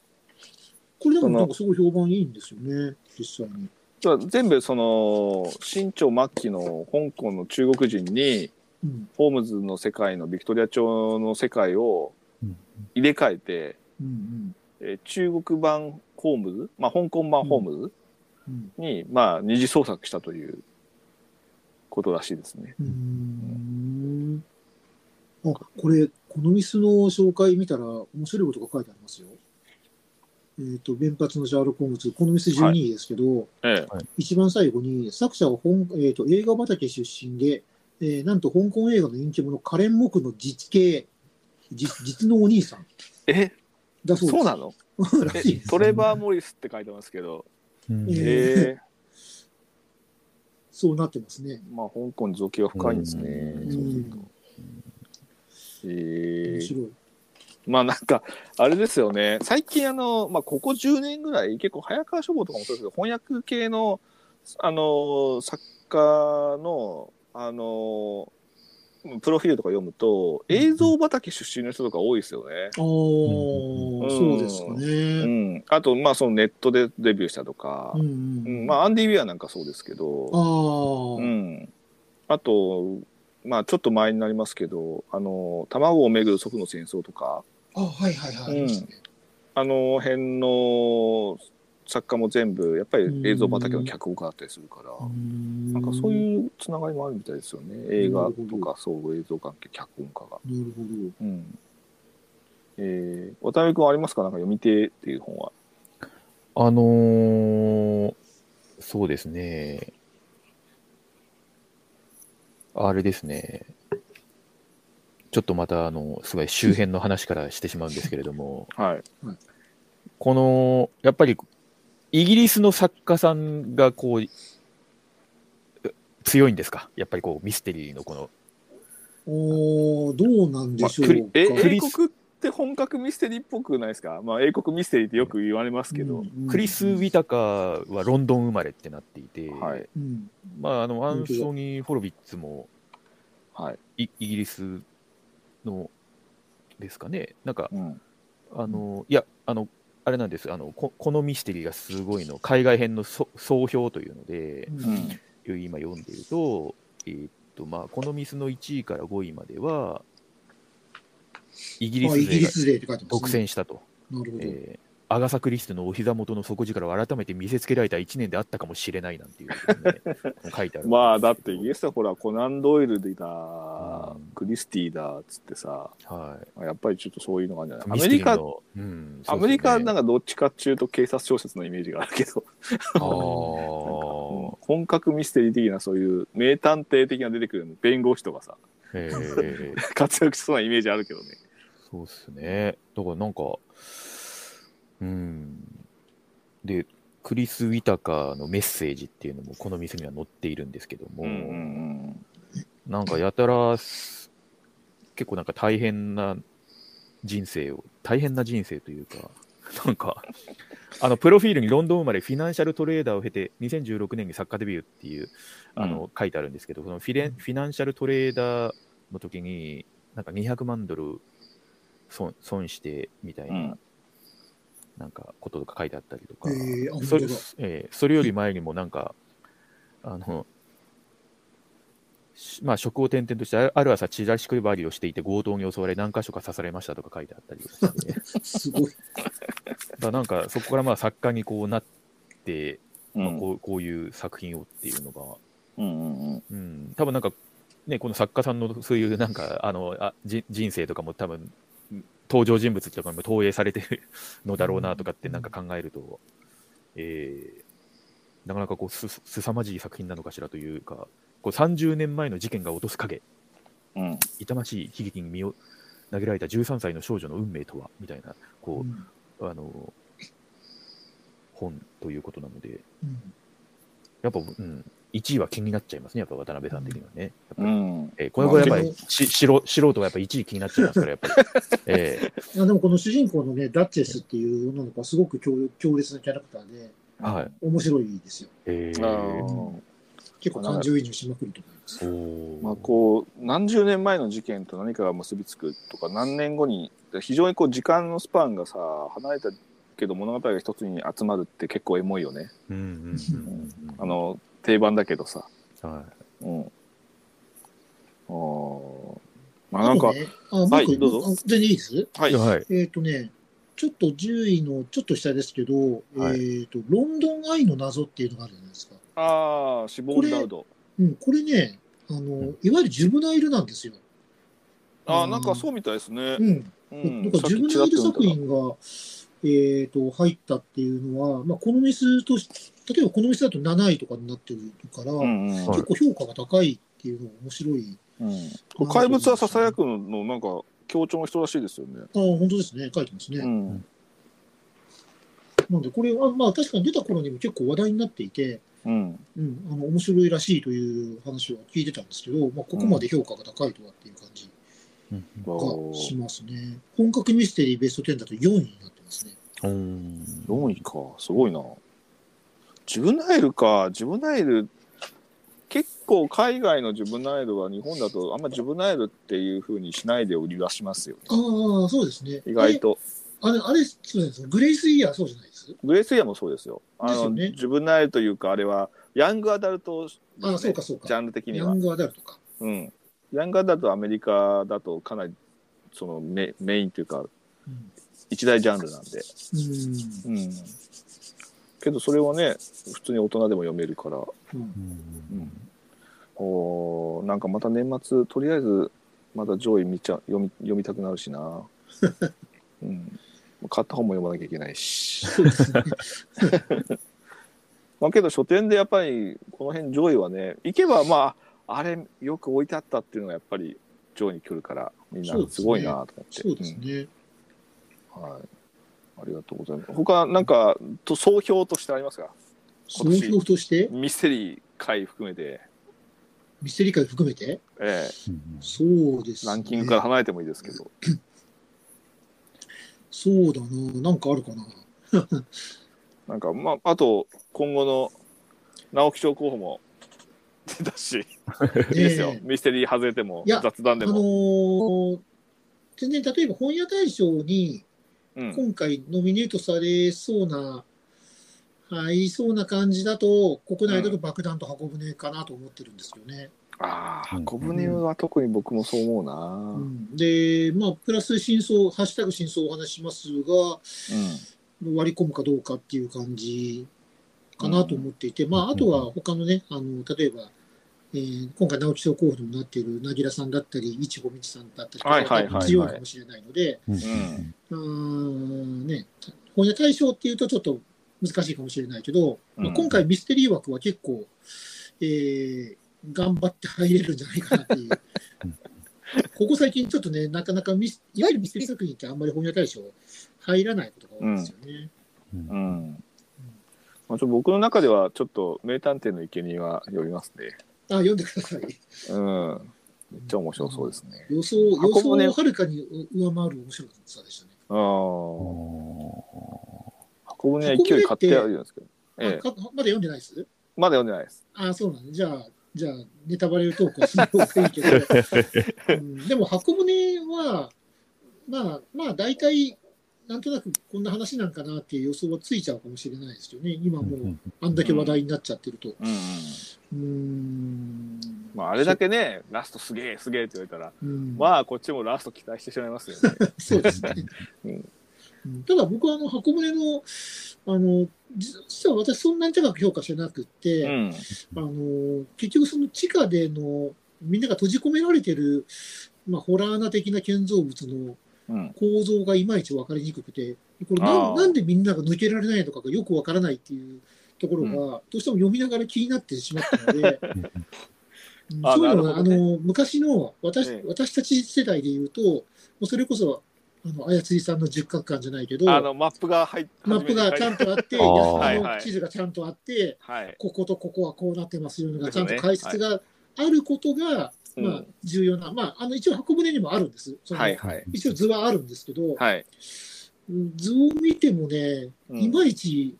Speaker 3: これでもなんかすごい評判いいんですよね、実際に。
Speaker 1: だから全部その、清朝末期の香港の中国人に、
Speaker 3: うん
Speaker 1: ホームズの世界のビクトリア朝の世界を
Speaker 2: うん
Speaker 1: 入れ替えて、
Speaker 3: うん
Speaker 1: えー中国版ホームズ、まあ香港版ホーム
Speaker 3: うんうん
Speaker 1: ズに、まあ二次創作したということらしいですね。
Speaker 3: うーんあ、これ、このミスの紹介見たら面白いことが書いてありますよ。えっ、と、原発のシャーロック・ホームズ、このミス12位ですけど、
Speaker 1: え
Speaker 3: 一番最後に、作者は本、えー、と映画畑出身で、えーなんと香港映画の人気者、カレン・モクの実系、実 実のお兄さん
Speaker 1: え。え、
Speaker 3: だそうで
Speaker 1: そ
Speaker 3: す。
Speaker 1: うなの
Speaker 3: のらしい
Speaker 1: え
Speaker 3: です。
Speaker 1: トレバー・モリスって書いてますけど、
Speaker 2: うん
Speaker 3: え
Speaker 1: え
Speaker 3: そうなってますね。
Speaker 1: ー、まあ香港に造形が深いんですね。
Speaker 2: うん
Speaker 1: そうすると
Speaker 3: うん
Speaker 1: え
Speaker 3: 面
Speaker 1: ー
Speaker 3: 白い。
Speaker 1: まあなんか、あれですよね。最近あの、まあここ10年ぐらい結構早川書房とかもそうですけど、翻訳系の、あの、作家の、あの、プロフィールとか読むと、
Speaker 2: ん
Speaker 1: 映像畑出身の人とか多いですよね。
Speaker 3: ああ、
Speaker 1: ん
Speaker 3: そうですか
Speaker 1: う
Speaker 3: ね。
Speaker 1: ん。あと、まあそのネットでデビューしたとか
Speaker 3: うん、
Speaker 1: う
Speaker 3: うん
Speaker 1: ん。まあアンディ・ウィアなんかそうですけど、
Speaker 3: ああ、
Speaker 1: うん。あと、まあちょっと前になりますけど、あの、卵をめぐる祖父の戦争とか、
Speaker 3: あ、はいはいはい。ありましたね
Speaker 1: あの辺の作家も全部、やっぱり映像畑の脚本家だったりするから、な
Speaker 3: な
Speaker 1: んかそういうつながりもあるみたいですよね。映画とかそう映像関係、脚本家が。
Speaker 3: なるほど。
Speaker 1: うん。えー、渡辺君はありますかなんか読み手っていう本は。
Speaker 2: あのーそうですね。あれですね。ちょっとまた、あの、すごい周辺の話からしてしまうんですけれども、
Speaker 1: はい。
Speaker 2: この、やっぱり、イギリスの作家さんが、こう、強いんですかやっぱりこう、ミステリーのこの、
Speaker 3: おーどうなんで
Speaker 1: まあ
Speaker 3: しょう
Speaker 1: クリえ
Speaker 3: か。
Speaker 2: クリ
Speaker 1: 英国って本格ミステリーっぽくないですか、まあ、英国ミステリーってよく言われますけど、
Speaker 3: うん
Speaker 2: クリス・ウィタカはロンドン生まれってなっていて、
Speaker 1: はい
Speaker 3: うん
Speaker 2: まあ、あのアンソニー・フォロビッツも
Speaker 1: はい
Speaker 2: イイギリスのですかね、なんか、
Speaker 1: うん、
Speaker 2: あのいや、あの、あれなんですあのこ、このミステリーがすごいの、海外編のそ総評というので、
Speaker 1: うん
Speaker 2: 今読んでると、えーっと、まあ、このミスの1位から5位までは、イギリ
Speaker 3: あ
Speaker 2: ス
Speaker 3: イギ
Speaker 2: 勢
Speaker 3: リ
Speaker 2: が
Speaker 3: ス勢って書いてま
Speaker 2: 独
Speaker 3: すね。
Speaker 2: 占したと。
Speaker 3: なるほど。
Speaker 2: えーアガサ・クリステのお膝元の底力を改めて見せつけられた1年であったかもしれないなんていう ことね、書いてあるんですけど。
Speaker 1: まあだってイギリスはほらコナン・ドイルでいた
Speaker 2: うん
Speaker 1: クリスティだっつってさ
Speaker 2: は
Speaker 1: やっぱりちょっとそういうのがあるんじゃ
Speaker 2: い、
Speaker 1: ないアメリカ、
Speaker 2: ミステリーのうん
Speaker 1: アメリカはなん
Speaker 2: か、
Speaker 1: かどっちかっちゅうと警察小説のイメージがあるけど、
Speaker 2: あ
Speaker 1: なんか
Speaker 2: ー
Speaker 1: うん本格ミステリー的なそういう名探偵的な出てくる弁護士とかさ
Speaker 2: えー
Speaker 1: 活躍しそうなイメージあるけどね
Speaker 2: そうっすね。だからなんか、うん。で、クリス・ウィタカのメッセージっていうのもこの店には載っているんですけども、
Speaker 1: うん
Speaker 2: なんかやたら、結構なんか大変な人生を、大変な人生というか、なんか、あの、プロフィールにロンドン生まれ、フィナンシャルトレーダーを経て、2016年に作家デビューっていう、あの、書いてあるんですけど、そのフィレンフィナンシャルトレーダーの時に、なんか200万ドル損損してみたいな、
Speaker 1: うん
Speaker 2: なんかこととか書いてあったりとか、
Speaker 3: えーあ
Speaker 2: そ
Speaker 3: 本当だ
Speaker 2: えーそれより前にもなんか、あの、しまあ、職を転々として、あるある朝、チラシ配りをしていて、強盗に襲われ、何箇所か刺されましたとか書いてあったりとか して、だか
Speaker 3: すごい。
Speaker 2: らなんか、そこからまあ作家にこうなって、
Speaker 1: うん
Speaker 2: まあ、こうこういう作品をっていうのが、
Speaker 1: うんうんうん
Speaker 2: うん、多分なんか、ね、この作家さんのそういうなんかあのあじ人生とかも多分登場人物とかにも投影されてるのだろうなとかってなんか考えると、えーなかなかこうすすさまじい作品なのかしらというかこう30年前の事件が落とす影
Speaker 1: うん
Speaker 2: 痛ましい悲劇に身を投げられた13歳の少女の運命とはみたいなこ
Speaker 3: うん
Speaker 2: う、あの本ということなので
Speaker 3: うん
Speaker 2: やっぱ、うん、1位は気になっちゃいますねやっぱ渡辺さん的にはね。やっぱり
Speaker 1: うん
Speaker 2: えーこのぐらいや
Speaker 3: ま
Speaker 2: っ
Speaker 3: あ
Speaker 2: ぱりし素素人はやっぱ1位気になっちゃいますから、やっぱり。え
Speaker 3: いやでもこの主人公のね、ダッチェスっていう女の子はすごく強強烈なキャラクターで、
Speaker 2: ーはい。
Speaker 3: 面白いですよ。
Speaker 2: え
Speaker 1: あ
Speaker 2: ー
Speaker 1: ー
Speaker 3: 結構感情移入しまくると思います。
Speaker 2: おー
Speaker 1: まあこう何十年前の事件と何かが結びつくとか何年後に非常にこう時間のスパンがさ離れたけど物語が一つに集まるって結構エモいよね
Speaker 2: うんうんうんうん
Speaker 1: あの定番だけどさ
Speaker 2: は。
Speaker 1: うんあーまあなんか、
Speaker 3: でもね、あ、もう一個
Speaker 1: はいどうぞ
Speaker 3: あ全然いいです
Speaker 1: はいい、
Speaker 2: はい。
Speaker 3: えっ、とね、ちょっと10位のちょっと下ですけど、
Speaker 2: はい
Speaker 3: えっ、と、ロンドン愛の謎っていうのがあるじゃないですか。
Speaker 1: ああシボン・ダウド
Speaker 3: うん、これね、あの、
Speaker 2: ん
Speaker 3: いわゆるジュブナイルなんですよ。
Speaker 1: ああなんかそうみたいですね
Speaker 3: う、ん。
Speaker 1: うん
Speaker 3: だからジュブナイル作品が、えー、と入ったっていうのは、まあ、このミスとし、例えばこのミスだと7位とかになってるから、
Speaker 1: うんうん
Speaker 2: はい
Speaker 3: 結構評価が高いっていうのが面白い。
Speaker 1: うんこれ怪物はささやくののなんか強調の人らしいですよね
Speaker 3: ああ、本当ですね。書いてますね。
Speaker 1: うん
Speaker 3: なんで、これは、まあ、確かに出た頃にも結構話題になっていて、
Speaker 1: うん
Speaker 3: うん、あの面白いらしいという話を聞いてたんですけど、まあ、ここまで評価が高いとはっていう感じ
Speaker 2: うん
Speaker 3: がしますね。本格ミステリーベスト10だと4位になってますね。
Speaker 2: うん
Speaker 1: 4位か、すごいな。ジュブナイルか、ジュブナイル、結構海外のジュブナイルは日本だとあんまジュブナイルっていう風にしないで売り出しますよね。
Speaker 3: ああ、そうですね。
Speaker 1: 意外と。
Speaker 3: あれ、あれ、そうなんですねグレイスイヤーそうじゃないです
Speaker 1: グレースイヤーもそうですよ。あ
Speaker 3: ですよ
Speaker 1: の、
Speaker 3: ね
Speaker 1: ジュブナイルというか、あれは、ヤングアダルトですね、
Speaker 3: あそうかそうか
Speaker 1: ジャンル的に
Speaker 3: ヤ
Speaker 1: は
Speaker 3: ン。グアダルトか。
Speaker 1: うん。ヤングアダルトはアメリカだとかなり、そのメメインというか、
Speaker 3: うん。
Speaker 1: 一大ジャンルなんで。
Speaker 3: う
Speaker 1: うん。けどそれはね、普通に大人でも読めるから、
Speaker 3: ん。
Speaker 2: うん
Speaker 1: おーなんかまた年末とりあえずまだ上位見ちゃ読み読みたくなるし な、うん、買った本も読まなきゃいけないし
Speaker 3: そうですね。
Speaker 1: まあけど書店でやっぱりこの辺上位はね行けばまああれよく置いてあったっていうのがやっぱり上位に来るからみんなすごいなと思って
Speaker 3: そうですね。
Speaker 1: うんはいありがとうございます他なんかと総評としてありますか
Speaker 3: 総評として、
Speaker 1: ミステリー回含めて、
Speaker 3: ミステリー界含めて、
Speaker 1: ええ
Speaker 3: そうですね。
Speaker 1: ランキングから離れてもいいですけど、
Speaker 3: そうだな。なんかあるかな。
Speaker 1: なんか、まあ、あと、今後の直木賞候補も 出たし、いいですよ
Speaker 3: ね。え
Speaker 1: ミステリー外れても
Speaker 3: いや、
Speaker 1: 雑談で
Speaker 3: あの
Speaker 1: も。
Speaker 3: ー全然、例えば本屋大賞に
Speaker 1: うん。
Speaker 3: 今回ノミネートされそうな、入りそうな感じだと、国内だと爆弾と運ぶねかなと思ってるんですよね。
Speaker 1: ああ、
Speaker 2: うん
Speaker 1: 箱舟は特に僕もそう思うな。うん。
Speaker 3: で、まあ、プラス真相、ハッシュタグ真相をお話ししますが、割り込むかどうかっていう感じかなと思っていて、まあ、あとは他のね、あの、例えば、えー今回直木賞候補にもなっているなぎらさんだったり、いちごみちさんだったりと
Speaker 1: はいはいはい
Speaker 3: か
Speaker 1: はい
Speaker 3: 強いかもしれないので、
Speaker 2: うん
Speaker 1: ん
Speaker 3: うーん、ね、本屋大賞っていうとちょっと難しいかもしれないけど、ま
Speaker 1: うん
Speaker 3: あ、今回ミステリー枠は結構、えー頑張って入れるんじゃないかなって いう
Speaker 2: うん。
Speaker 3: ここ最近ちょっとね、なかなかミス、いわゆるミステリー作品ってあんまり本屋大賞入らないことが多いんですよね。
Speaker 1: うん。まあ、ちょ僕の中では、ちょっと名探偵の生贄は呼びますね。
Speaker 3: あ、読んでくださ
Speaker 1: う
Speaker 3: い。
Speaker 1: ん。めっちゃ面白そうですね。
Speaker 3: 予想、予想
Speaker 1: 箱舟
Speaker 3: をはるかに上回る面白さでしたね。
Speaker 1: ああ。箱舟は
Speaker 3: 箱舟って
Speaker 1: 勢い買ってあるんですけど。ええ
Speaker 3: あ。かまだ読んでないです
Speaker 1: まだ読んでないです。
Speaker 3: あ、そうなんだ。じゃあ、じゃあ、ネタバレトークはしない方がいいけど、うんでも箱舟は、まあ、まあ、大体、なんとなくこんな話なんかなっていう予想はついちゃうかもしれないですよね。今もう、あんだけ話題になっちゃってると。う
Speaker 1: うん、うん。
Speaker 3: ーん。
Speaker 1: まあ、あれだけね、ラストすげえすげえって言われたら、
Speaker 3: うん、
Speaker 1: まあ、こっちもラスト期待してしまいますよね。
Speaker 3: そうですね。
Speaker 1: うん
Speaker 3: うんただ僕はあの箱舟の、あの、実は私そんなに高く評価してなくって、
Speaker 1: うん。
Speaker 3: あの、結局その地下での、みんなが閉じ込められてる、まあ、ホラーな的な建造物の
Speaker 1: うん。
Speaker 3: 構造がいまいち分かりにくくて、これ
Speaker 1: あ
Speaker 3: な
Speaker 1: あ
Speaker 3: なんでみんなが抜けられないのかがよく分からないっていうところが、
Speaker 1: うん
Speaker 3: どうしても読みながら気になってしまったの で、うん
Speaker 1: あ
Speaker 3: そういう
Speaker 1: なる
Speaker 3: のは、
Speaker 1: ほどね
Speaker 3: あの昔の私,、
Speaker 1: ええ
Speaker 3: 私たち世代で言うと、もうそれこそ、あのあやつりさんの十角館じゃないけど、
Speaker 1: あの、マップが入っ
Speaker 3: マップがちゃんとあって、
Speaker 2: ああ
Speaker 3: 安
Speaker 2: はい
Speaker 3: 田
Speaker 1: は
Speaker 3: の
Speaker 1: い
Speaker 3: 地図がちゃんとあって、
Speaker 1: はい。
Speaker 3: こことここはこうなってますよ
Speaker 1: で
Speaker 3: が
Speaker 1: す
Speaker 3: ち
Speaker 1: よ
Speaker 3: ゃ
Speaker 1: ね
Speaker 3: んと解説があることが、
Speaker 1: うん
Speaker 3: まあ、重要な、まあ、あの一応箱舟にもあるんです、その
Speaker 1: はいはい。
Speaker 3: 一応図はあるんですけど、
Speaker 1: はい。
Speaker 3: うん図を見てもね、
Speaker 1: うん
Speaker 3: いまいち、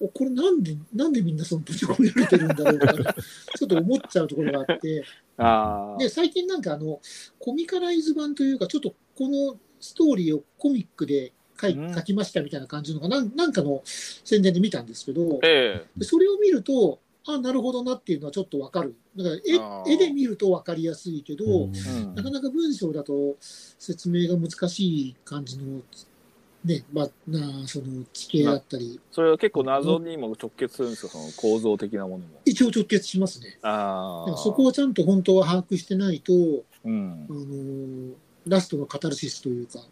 Speaker 3: おこれなんで、なんでみんなその閉じ込められてるんだろうか なちょっと思っちゃうところがあって、
Speaker 1: ああ。
Speaker 3: で最近なんかあの、コミカライズ版というか、ちょっとこのストーリーをコミックで書い
Speaker 1: うん
Speaker 3: 書きましたみたいな感じのがなん、なんかの宣伝で見たんですけど、
Speaker 1: ええ。
Speaker 3: でそれを見ると、あなるほどなっていうのはちょっとわかる。だから
Speaker 1: あー
Speaker 3: 絵絵で見るとわかりやすいけど、
Speaker 1: うん
Speaker 3: なかなか文章だと説明が難しい感じの、ね、まあ、なその地形だったり、
Speaker 1: それは結構謎にも直結するんですよ、その構造的なものも。
Speaker 3: 一応直結しますね。だ
Speaker 1: あ
Speaker 3: か
Speaker 1: あ。
Speaker 3: らそこをちゃんと本当は把握してないと、
Speaker 1: うん
Speaker 3: あ。のーラストのカタルシスというか、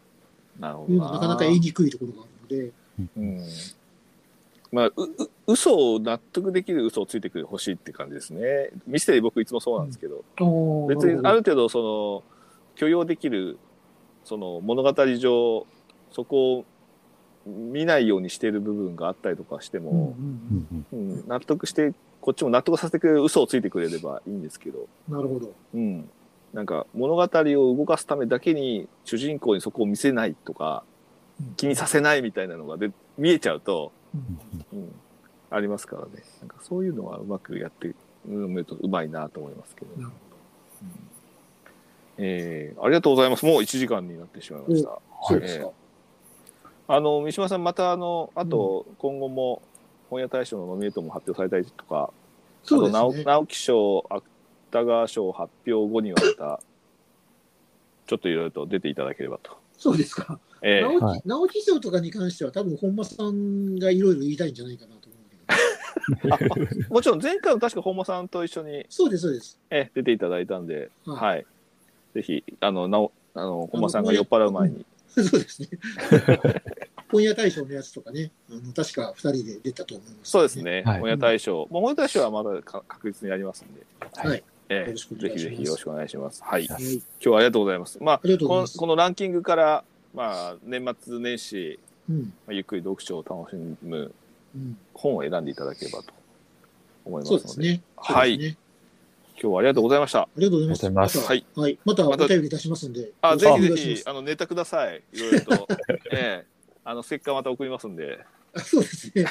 Speaker 1: なるほ
Speaker 3: い
Speaker 1: ど
Speaker 3: うの
Speaker 1: な。
Speaker 3: はなかなか言いにくいところがあるので、
Speaker 1: うん。まあ、う、う、嘘を納得できる嘘をついてくるほしいって感じですね。ミステリー僕いつもそうなんですけど、
Speaker 3: あ
Speaker 1: 別にあ
Speaker 3: る
Speaker 1: る程度その、許容できる、その物語上、そこを見ないようにしている部分があったりとかして
Speaker 3: ほどうん
Speaker 1: も、
Speaker 3: うん
Speaker 1: うん、納得して、こっちも納得させてくれる嘘をついてくれればいいんですけど、
Speaker 3: うんなるほど。
Speaker 1: うん、なんか物語を動かすためだけに主人公にそこを見せないとか
Speaker 3: うん
Speaker 1: 気にさせないみたいなのがで見えちゃうと、
Speaker 3: うん
Speaker 1: うん、ありますからねなんかそういうのはうまくやってみるとうまいなと思いますけど、
Speaker 3: なるほど
Speaker 1: うんえーありがとうございますもう1時間になってしまいました。
Speaker 3: そうですか。
Speaker 1: あの三島さんまたあのあと今後も本屋大賞のノミネートも発表されたりとか
Speaker 3: そう
Speaker 1: あと
Speaker 3: です
Speaker 1: 直
Speaker 3: ね。
Speaker 1: 直木賞、芥川賞発表後にはまた、ちょっといろいろと出ていただければと。
Speaker 3: そうですか。
Speaker 1: ええ
Speaker 3: 直木
Speaker 2: はい
Speaker 3: 直木賞とかに関しては、多分本間さんがいろいろ言いたいんじゃないかなと思うけど、
Speaker 1: もちろん前回も確か本間さんと一緒に、
Speaker 3: そうです、そうです。
Speaker 1: ええ出ていただいたんで、
Speaker 3: はい
Speaker 1: はい。ぜひ、あの、なおあの本間さんが酔っ払う前に。
Speaker 3: そうですね。本屋大賞のやつとかね、あの確か2人で出たと思います、
Speaker 1: そうです。ね、
Speaker 2: はい
Speaker 1: 本屋大賞。まあ、本屋大賞はまだか確実にやりますんで、
Speaker 3: はい。
Speaker 1: え
Speaker 3: よ
Speaker 1: え
Speaker 3: ろしくお
Speaker 1: ぜ
Speaker 3: 願
Speaker 1: ひ
Speaker 3: い
Speaker 1: ぜ
Speaker 3: します
Speaker 1: ひよろしくお願いします。はい。
Speaker 3: は
Speaker 1: 今
Speaker 3: い、
Speaker 1: 日はありがとうございます。まあ、
Speaker 3: ありがとう
Speaker 1: こ
Speaker 3: ござい
Speaker 1: の
Speaker 3: ます。
Speaker 1: このランキングから、まあ、年末年始、
Speaker 3: うん
Speaker 1: まあゆっくり読書を楽しむ
Speaker 3: うん、
Speaker 1: 本を選んでいただければと思います
Speaker 3: そ
Speaker 1: の
Speaker 3: う
Speaker 1: で
Speaker 3: ですね。
Speaker 1: はい
Speaker 3: そうですね
Speaker 1: 今日はありがとうございました。
Speaker 3: ありがとうございます。
Speaker 1: ありが
Speaker 3: またはい。また
Speaker 1: また
Speaker 3: お便り出しますんで。
Speaker 1: あ、ぜ
Speaker 3: よろ
Speaker 1: ひ
Speaker 3: しくお願いし
Speaker 1: ぜ
Speaker 3: ま
Speaker 1: ひ
Speaker 3: す、
Speaker 1: あの、ネタください。いろいろと。ええあの、ステッカーまた送りますんで。
Speaker 3: あそうですね。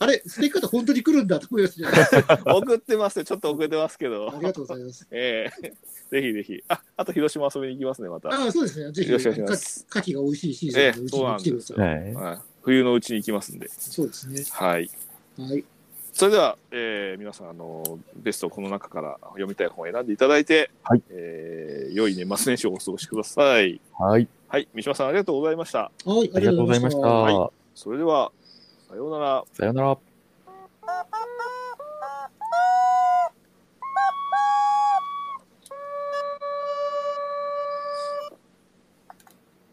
Speaker 3: あれ、捨て方本当に来るんだと思いましたね。
Speaker 1: 送ってますよちょっと遅れてますけど
Speaker 3: あ。りがとうございます。
Speaker 1: ええ ぜひぜひ。あ、あと広島遊びに行きますね、また。
Speaker 3: ああ、そうですね。ぜひ、
Speaker 1: よ
Speaker 3: か
Speaker 1: ろしくお願いします
Speaker 3: 牡蠣が美味しいシーズンなので
Speaker 1: ええ
Speaker 3: うちに来てください。
Speaker 2: はい。
Speaker 1: はい冬のうちに行きますんで。
Speaker 3: そうですね。
Speaker 1: はい。
Speaker 3: はい。
Speaker 1: それでは、えー皆さん、あの、ベストをこの中から読みたい本を選んでいただいて、
Speaker 2: はい
Speaker 1: えー良い年末年始をお過ごしください。
Speaker 2: はい。
Speaker 1: はい。三島さん、ありがとうございました。
Speaker 3: はい、
Speaker 2: ありがとうございました。
Speaker 1: それでは、さようなら。
Speaker 2: さようなら。